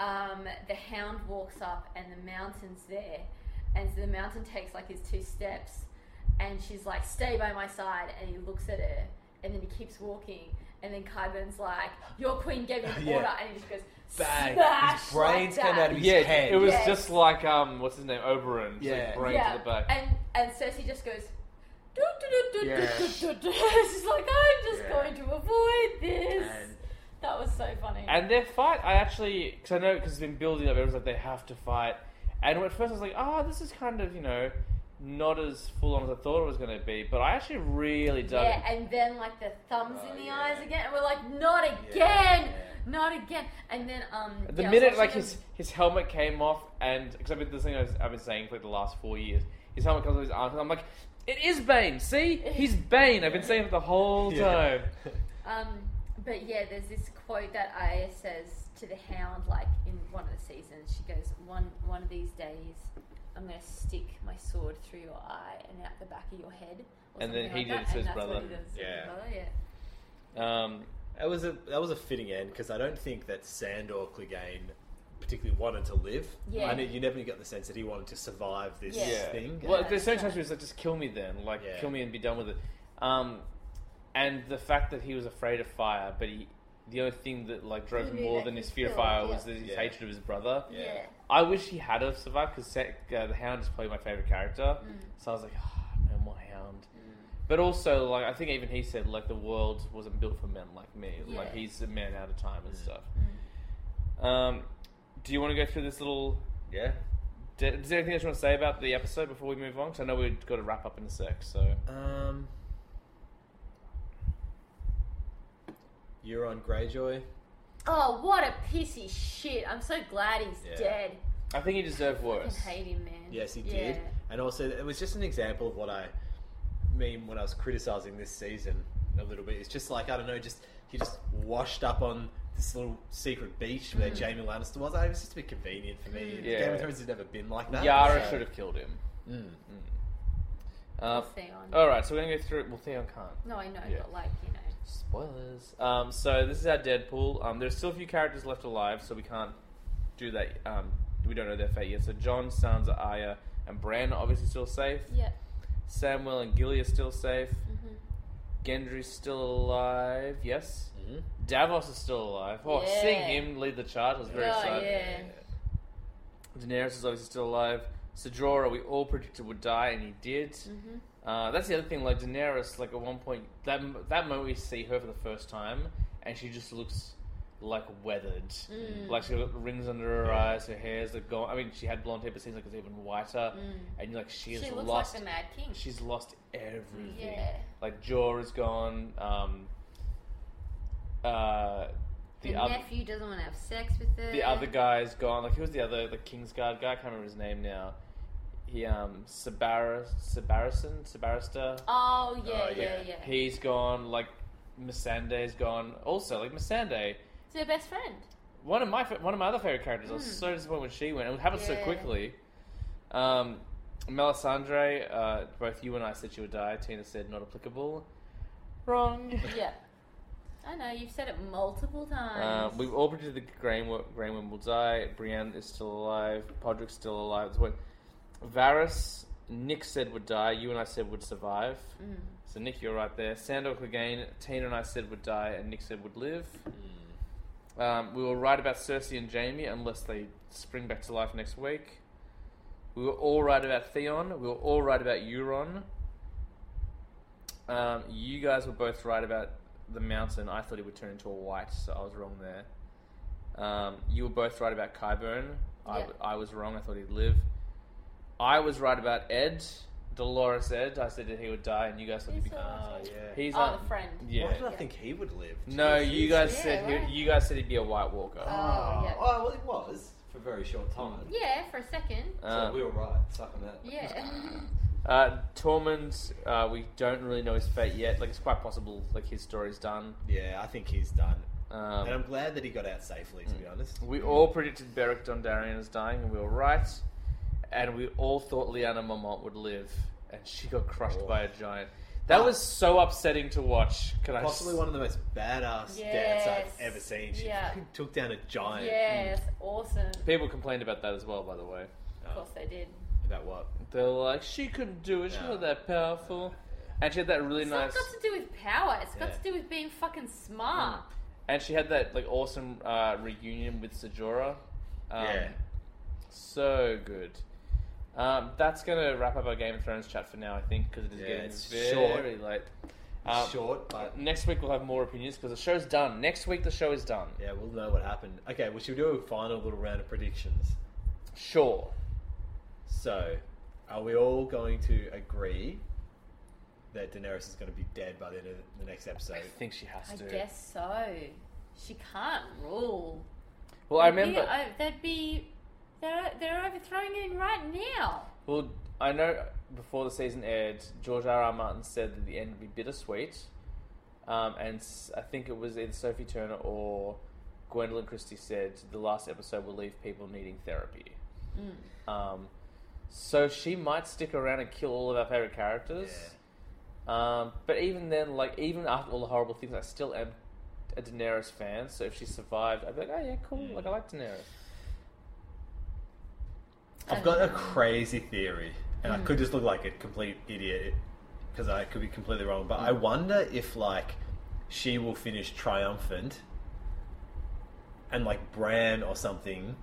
um, the hound walks up and the mountain's there, and so the mountain takes like his two steps, and she's like, "Stay by my side," and he looks at her, and then he keeps walking, and then Kyburn's like, "Your queen gave me an Yeah. order," and he just goes, Bang. "Smash!" His brains like came that. out of his Yeah, head. it was Yes. just like um, what's his name, Oberon. Just, Yeah. like, brain to the back. And and Cersei just goes. "Do, do, do, do, do, Yeah. do, do, do." She's like, I'm just Yeah. going to avoid this. And- that was so funny. And their fight, I actually, because I know, because it's been building up, everyone's like, they have to fight. And at first I was like, oh, this is kind of, you know, not as full on as I thought it was going to be. But I actually really dug yeah, it. and then like the thumbs Oh, in the yeah. eyes again, and we're like, not again, Yeah. not again. And then um, The yeah, I was minute, like, watching his, him- his helmet came off, and, because I've been, this thing I've, I've been saying for like the last four years, his helmet comes off his arms, and I'm like, it is Bane, see? He's Bane. I've been saying it the whole Yeah. time. um, but yeah, there's this quote that Aya says to the Hound, like in one of the seasons, she goes, one one of these days, I'm gonna stick my sword through your eye and out the back of your head. Or And then something he like did it that, to his and that's what brother. he does to his Yeah. brother, yeah. Um, That was a that was a fitting end because I don't think that Sandor Clegane particularly wanted to live. Yeah. I mean, you never got the sense that he wanted to survive this Yeah. Yeah. thing. Well, Yeah, there's so many times that's right. where he's like, just kill me then. Like, Yeah. kill me and be done with it. Um, and the fact that he was afraid of fire, but he, the only thing that, like, drove He him knew more that than he his fear of killed, fire yeah. was that his Yeah. hatred of his brother. Yeah. I wish he had have survived, because uh, the Hound is probably my favourite character. So I was like, oh, no more Hound. But also, like, I think even he said, like, the world wasn't built for men like me. Like, Yeah. he's a man out of time and stuff. Um, do you want to go through this little yeah. D- Is there anything else you want to say about the episode before we move on? Because I know we've got to wrap up in a sec. So Um, Euron Greyjoy. Oh, what a piece of shit! I'm so glad he's Yeah. dead. I think he deserved I worse. hate him, man. Yes, he Yeah. did. And also, it was just an example of what I mean when I was criticizing this season a little bit. It's just like I don't know, just he just washed up on this little secret beach where Jamie Lannister was. It was just a bit convenient for me. Yeah. Game of Thrones has never been like that. Yara so- should have killed him. Mm. Uh, Theon. all right, so we're gonna go through. Well, Theon can't. No, I know, Yeah. but like you know. Spoilers. Um, so this is our Deadpool. Um, there's still a few characters left alive, so we can't do that. Um, we don't know their fate yet. So John, Sansa, Arya, and Bran are obviously still safe. Yeah. Samwell and Gilly are still safe. Gendry's still alive. Yes. Mhm. Davos is still alive. Oh, Yeah. seeing him lead the charge I was very Oh, excited. yeah. Daenerys is obviously still alive. Sejora, we all predicted would die, and he did. Mm-hmm. Uh, that's the other thing. Like Daenerys, like at one point, that that moment we see her for the first time, and she just looks like weathered. Mm. Like she got rings under her Yeah. eyes, her hair's like gone. I mean, she had blonde hair, but it seems like it's even whiter. And you're like, she Mm. She has looks lost. like the Mad King. she's lost everything. Yeah. Like Jor is gone. Um, uh, the the other nephew doesn't want to have sex with her. the other guy's gone. Like who was the other the Kingsguard guy? I can't remember his name now. He um Sabaris Sabarison Sabarista. Oh yeah, Oh, yeah, yeah. yeah. He's gone. Like Missandei's gone. Also like Missandei, It's her best friend. one of my fa- one of my other favorite characters. I was so disappointed when she went. It happened so Yeah. quickly. Um, Melisandre, uh, both you and I said she would die. Tina said not applicable. Wrong. Yeah. I know you've said it multiple Uh, times. Oh, we've all predicted that Graham, Graham will die. Brienne is still alive. Podrick's still alive. That's what Varys, Nick said would die. You and I said would survive. So Nick, you're right there. Sandor Clegane, Tina and I said would die, and Nick said would live. Um, we were right about Cersei and Jamie, unless they spring back to life next week. We were all right about Theon. We were all right about Euron. Um, you guys were both right about the mountain. I thought it would turn into a white, so I was wrong there. Um, you were both right about Kyburn. I, Yeah. I was wrong. I thought he'd live. I was right about Ed, Dolores Ed. I said that he would die, and you guys thought he'd He's be. so Ah, nice. yeah. He's Oh, on. the friend. Why Yeah. did I Yeah. think he would live? No, Jeez. you guys Yeah, said why? he, you guys said he'd be a White Walker. Oh, yeah. Oh, well, it was for a very short time. Yeah, for a second. Uh, so we were right, sucking that. Yeah. Uh, Tormund, uh, we don't really know his fate yet. Like, it's quite possible, like, his story's done. Yeah, I think he's done. and I'm Um, Mm. glad that he got out safely, to be honest. we all predicted Beric Dondarrion is dying, and we were right. And we all thought Lyanna Mormont would live, and she got crushed Oh. Ah. by a giant. That was so upsetting to watch. Can I Possibly s- one of the most badass Yes. dance I've ever seen. She Yeah. fucking took down a giant. yes, awesome. People complained about that as well, by the way. Oh, Of course they did. about what? They were like, she couldn't do it, she's Yeah. not that powerful. And she had that really It's nice. not got to do with power. It's got Yeah. to do with being fucking smart. And she had that like awesome uh, reunion with Sejora. Um, yeah. So good. Um, that's gonna wrap up our Game of Thrones chat for now, I think, because it is Yeah, getting it's very short. late. Um, Short, but Next week we'll have more opinions because the show's done. Next week the show is done. yeah, we'll know what happened. Okay, we should do a final little round of predictions. Sure. So, are we all going to agree that Daenerys is going to be dead by the end of the next episode? I think she has to. I guess so. She can't rule. Well, I They'd be- remember. uh, they'd be. They're, they're overthrowing him right now. Well, I know before the season aired, George R. R. Martin said that the end would be bittersweet, um, and s- I think it was either Sophie Turner or Gwendolyn Christie said the last episode will leave people needing therapy. Um, so she might stick around and kill all of our favorite characters. Um, but even then, like even after all the horrible things, I still am a Daenerys fan. So if she survived, I'd be like, oh yeah, cool. Like I like Daenerys. I've got a crazy theory, and I could just look like a complete idiot because I could be completely wrong. But I wonder if like she will finish triumphant, and like Bran or something,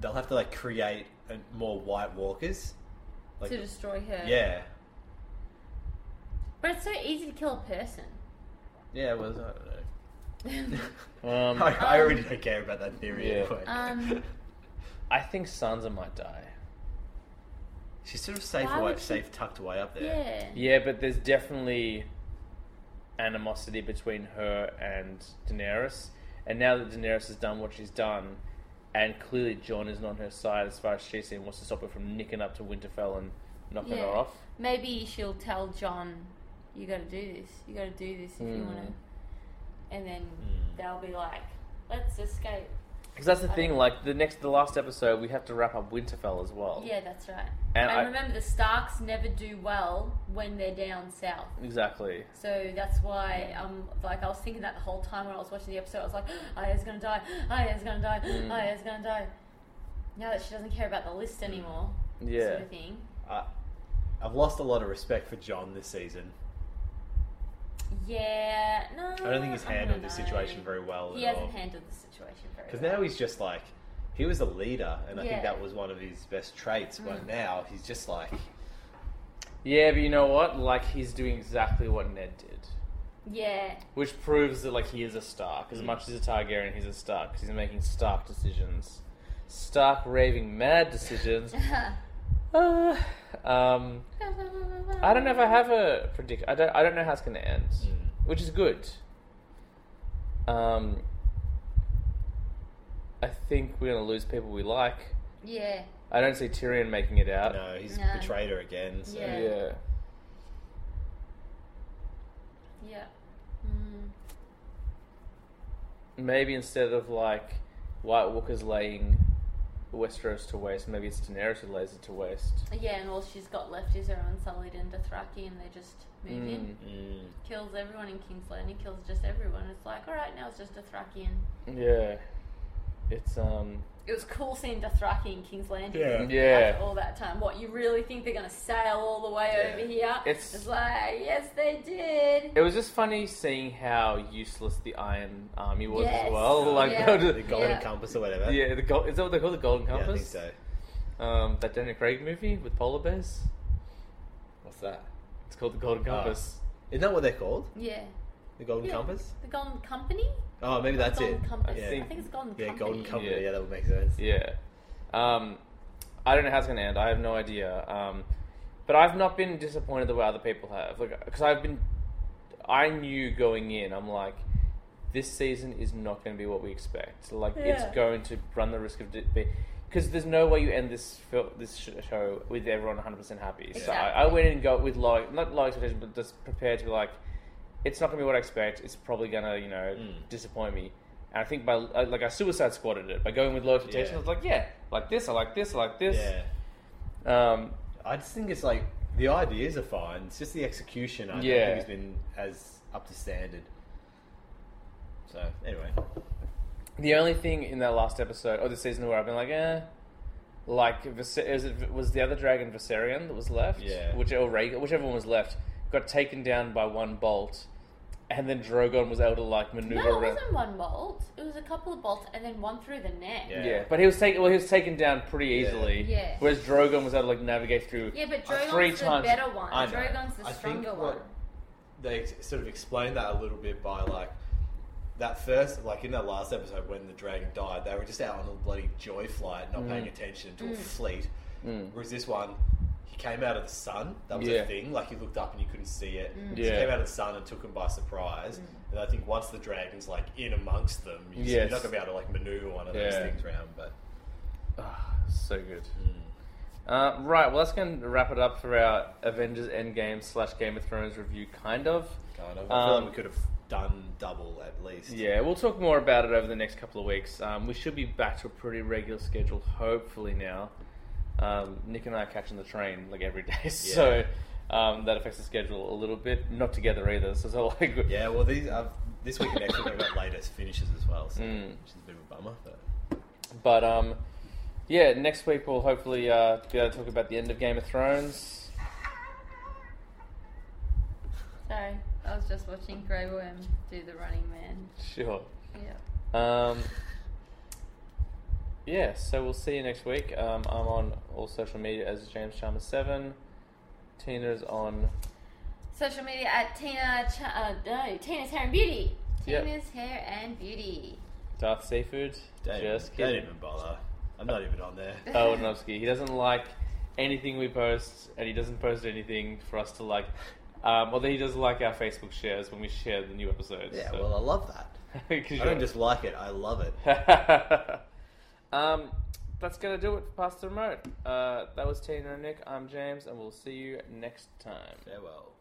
they'll have to like create a, more White Walkers. Like, to destroy her. yeah, But it's so easy to kill a person. yeah. Well, I don't know. Um, I, I already don't care about that theory Yeah. anyway. Um, I think Sansa might die. She's sort of safe, Why away, would she- safe, tucked away up there. yeah. Yeah, but there's definitely animosity between her and Daenerys. And now that Daenerys has done what she's done, and clearly Jon isn't on her side as far as she's seen, wants to stop her from nicking up to Winterfell and knocking Yeah. her off. Maybe she'll tell John, "You got to do this. You got to do this if you want Hmm. to." And then they'll be like, "Let's escape." Because that's the I thing. don't- Like the next, the last episode, we have to wrap up Winterfell as well. Yeah, that's right. Oh. And And, I- remember, the Starks never do well when they're down south. Exactly. So that's why, um, like I was thinking that the whole time when I was watching the episode, I was like, Aya's gonna die, Aya's gonna die, Mm. Aya's gonna die. Now that she doesn't care about the list anymore, Yeah. sort of thing. I, I've lost a lot of respect for John this season. Yeah, no. I don't think he's handled the know. situation very well. He at hasn't all. handled the situation very Because well. now he's just like, he was a leader, and I Yeah. Mm. think that was one of his best traits. But now he's just like, Yeah, but you know what? Like he's doing exactly what Ned did, Yeah, which proves that like he is a Stark. As much as a Targaryen, he's a Stark 'cause he's making Stark decisions, Stark raving mad decisions. Uh, um, I don't know if I have a predict. I don't. I don't know how it's going to end, which is good. Um, I think we're going to lose people we like. yeah. I don't see Tyrion making it out. no, he's No. betrayed her again. So. Yeah. Yeah. Yeah. Mm. Maybe instead of like White Walkers laying Westeros to waste, maybe it's Daenerys who lays it to waste. Yeah, and all she's got left is her unsullied and Dothraki, and they just move Hmm. in. Mm. Kills everyone in King's Landing, kills just everyone. It's like, alright, now it's just Dothraki and Yeah. It's um it was cool seeing Dothraki in King's Landing. Yeah. Yeah. After all that time, what you really think they're gonna sail all the way Yeah. over here? It's- like yes, they did. It was just funny seeing how useless the Iron Army was Yes. as Oh, well. Like Yeah. The Golden Yeah. Compass or whatever. yeah, the gold, is that what they call the Golden Yeah, I think Compass? so. Um, that Daniel Craig movie with polar bears. What's that? It's called the Golden Oh. Compass. Isn't that what they're called? Yeah. The Golden Yeah. Compass? The Golden Company. Oh, maybe that's Golden it. Compass. I I think, think- it's Golden Yeah, Company. Golden Company. Yeah. Yeah, that would make sense. Yeah. Um, I don't know how it's going to end. I have no idea. Um, but I've not been disappointed the way other people have. Like, because I've been, I knew going in, I'm like, this season is not going to be what we expect. Like, Yeah. it's going to run the risk of be. Because there's no way you end this fil- this sh- show with everyone 100% happy. So I, I Exactly. went in and got with low, not low expectations, but just prepared to be like, it's not going to be what I expect. It's probably going to, you know, Mm. disappoint me. And I think by uh, like I suicide squatted it by going with low expectations. Yeah. I was like, yeah, like this, I like this, I like this. Yeah. Um, I just think it's like the ideas are fine. It's just the execution. I don't Yeah. think has been as up to standard. So anyway, the only thing in that last episode or the season where I've been like, eh, like Vis- is it, was the other dragon Viserion that was left, Yeah. which or Rhaeg- whichever one was left, got taken down by one bolt, and then Drogon was able to like maneuver. No, it around. wasn't one bolt. It was a couple of bolts and then one through the neck. Yeah. Yeah, but he was taken. Well, he was taken down pretty Yeah. easily. Yeah. Whereas Drogon was able to like navigate through. Yeah, but uh, Drogon's three the times. better one. I know. Drogon's the I think stronger what- one. they ex- sort of explained that a little bit by like that first, like in that last episode when the dragon died, they were just out on a bloody joy flight, not Mm. paying attention to Mm. a fleet. Whereas this one, he came out of the sun. That was Yeah. a thing. Like you looked up and you couldn't see it. Mm. So Yeah. He came out of the sun and took him by surprise. And I think once the dragon's like in amongst them, you just, Yes. you're not gonna be able to like maneuver one of those Yeah. things around. But So good. Mm. Uh, right, well, that's going to wrap it up for our Avengers Endgame slash Game of Thrones review, kind of. kind of, I feel Um, like we could have done double at least. Yeah, we'll talk more about it over the next couple of weeks. Um, we should be back to a pretty regular schedule, hopefully, now. Um, Nick and I are catching the train like every day, so um, that affects the schedule a little bit. Not together either, so it's all like. Yeah, well, these I've, this week and next week I've got latest finishes as well, so, Mm. which is a bit of a bummer. But But um, yeah, next week we'll hopefully uh, be able to talk about the end of Game of Thrones. Sorry, I was just watching Grey Worm do the Running Man. Sure. Yeah. Um, yeah, so we'll see you next week. Um, I'm on all social media as James Chalmers Seven. Tina's on. Social media at Tina. Ch- uh, no, Tina's Hair and Beauty. Yep. Tina's Hair and Beauty. Darth Seafood. don't, Just even, don't kidding. even bother. I'm not even on there. Oh, Wadnowski. He doesn't like anything we post, and he doesn't post anything for us to like. Um, although he does like our Facebook shares when we share the new episodes. Yeah, so- well, I love that. 'Cause I you're- don't just like it; I love it. um, that's gonna do it for Pasta Remote. Uh, that was Tina and Nick. I'm James, and we'll see you next time. Farewell.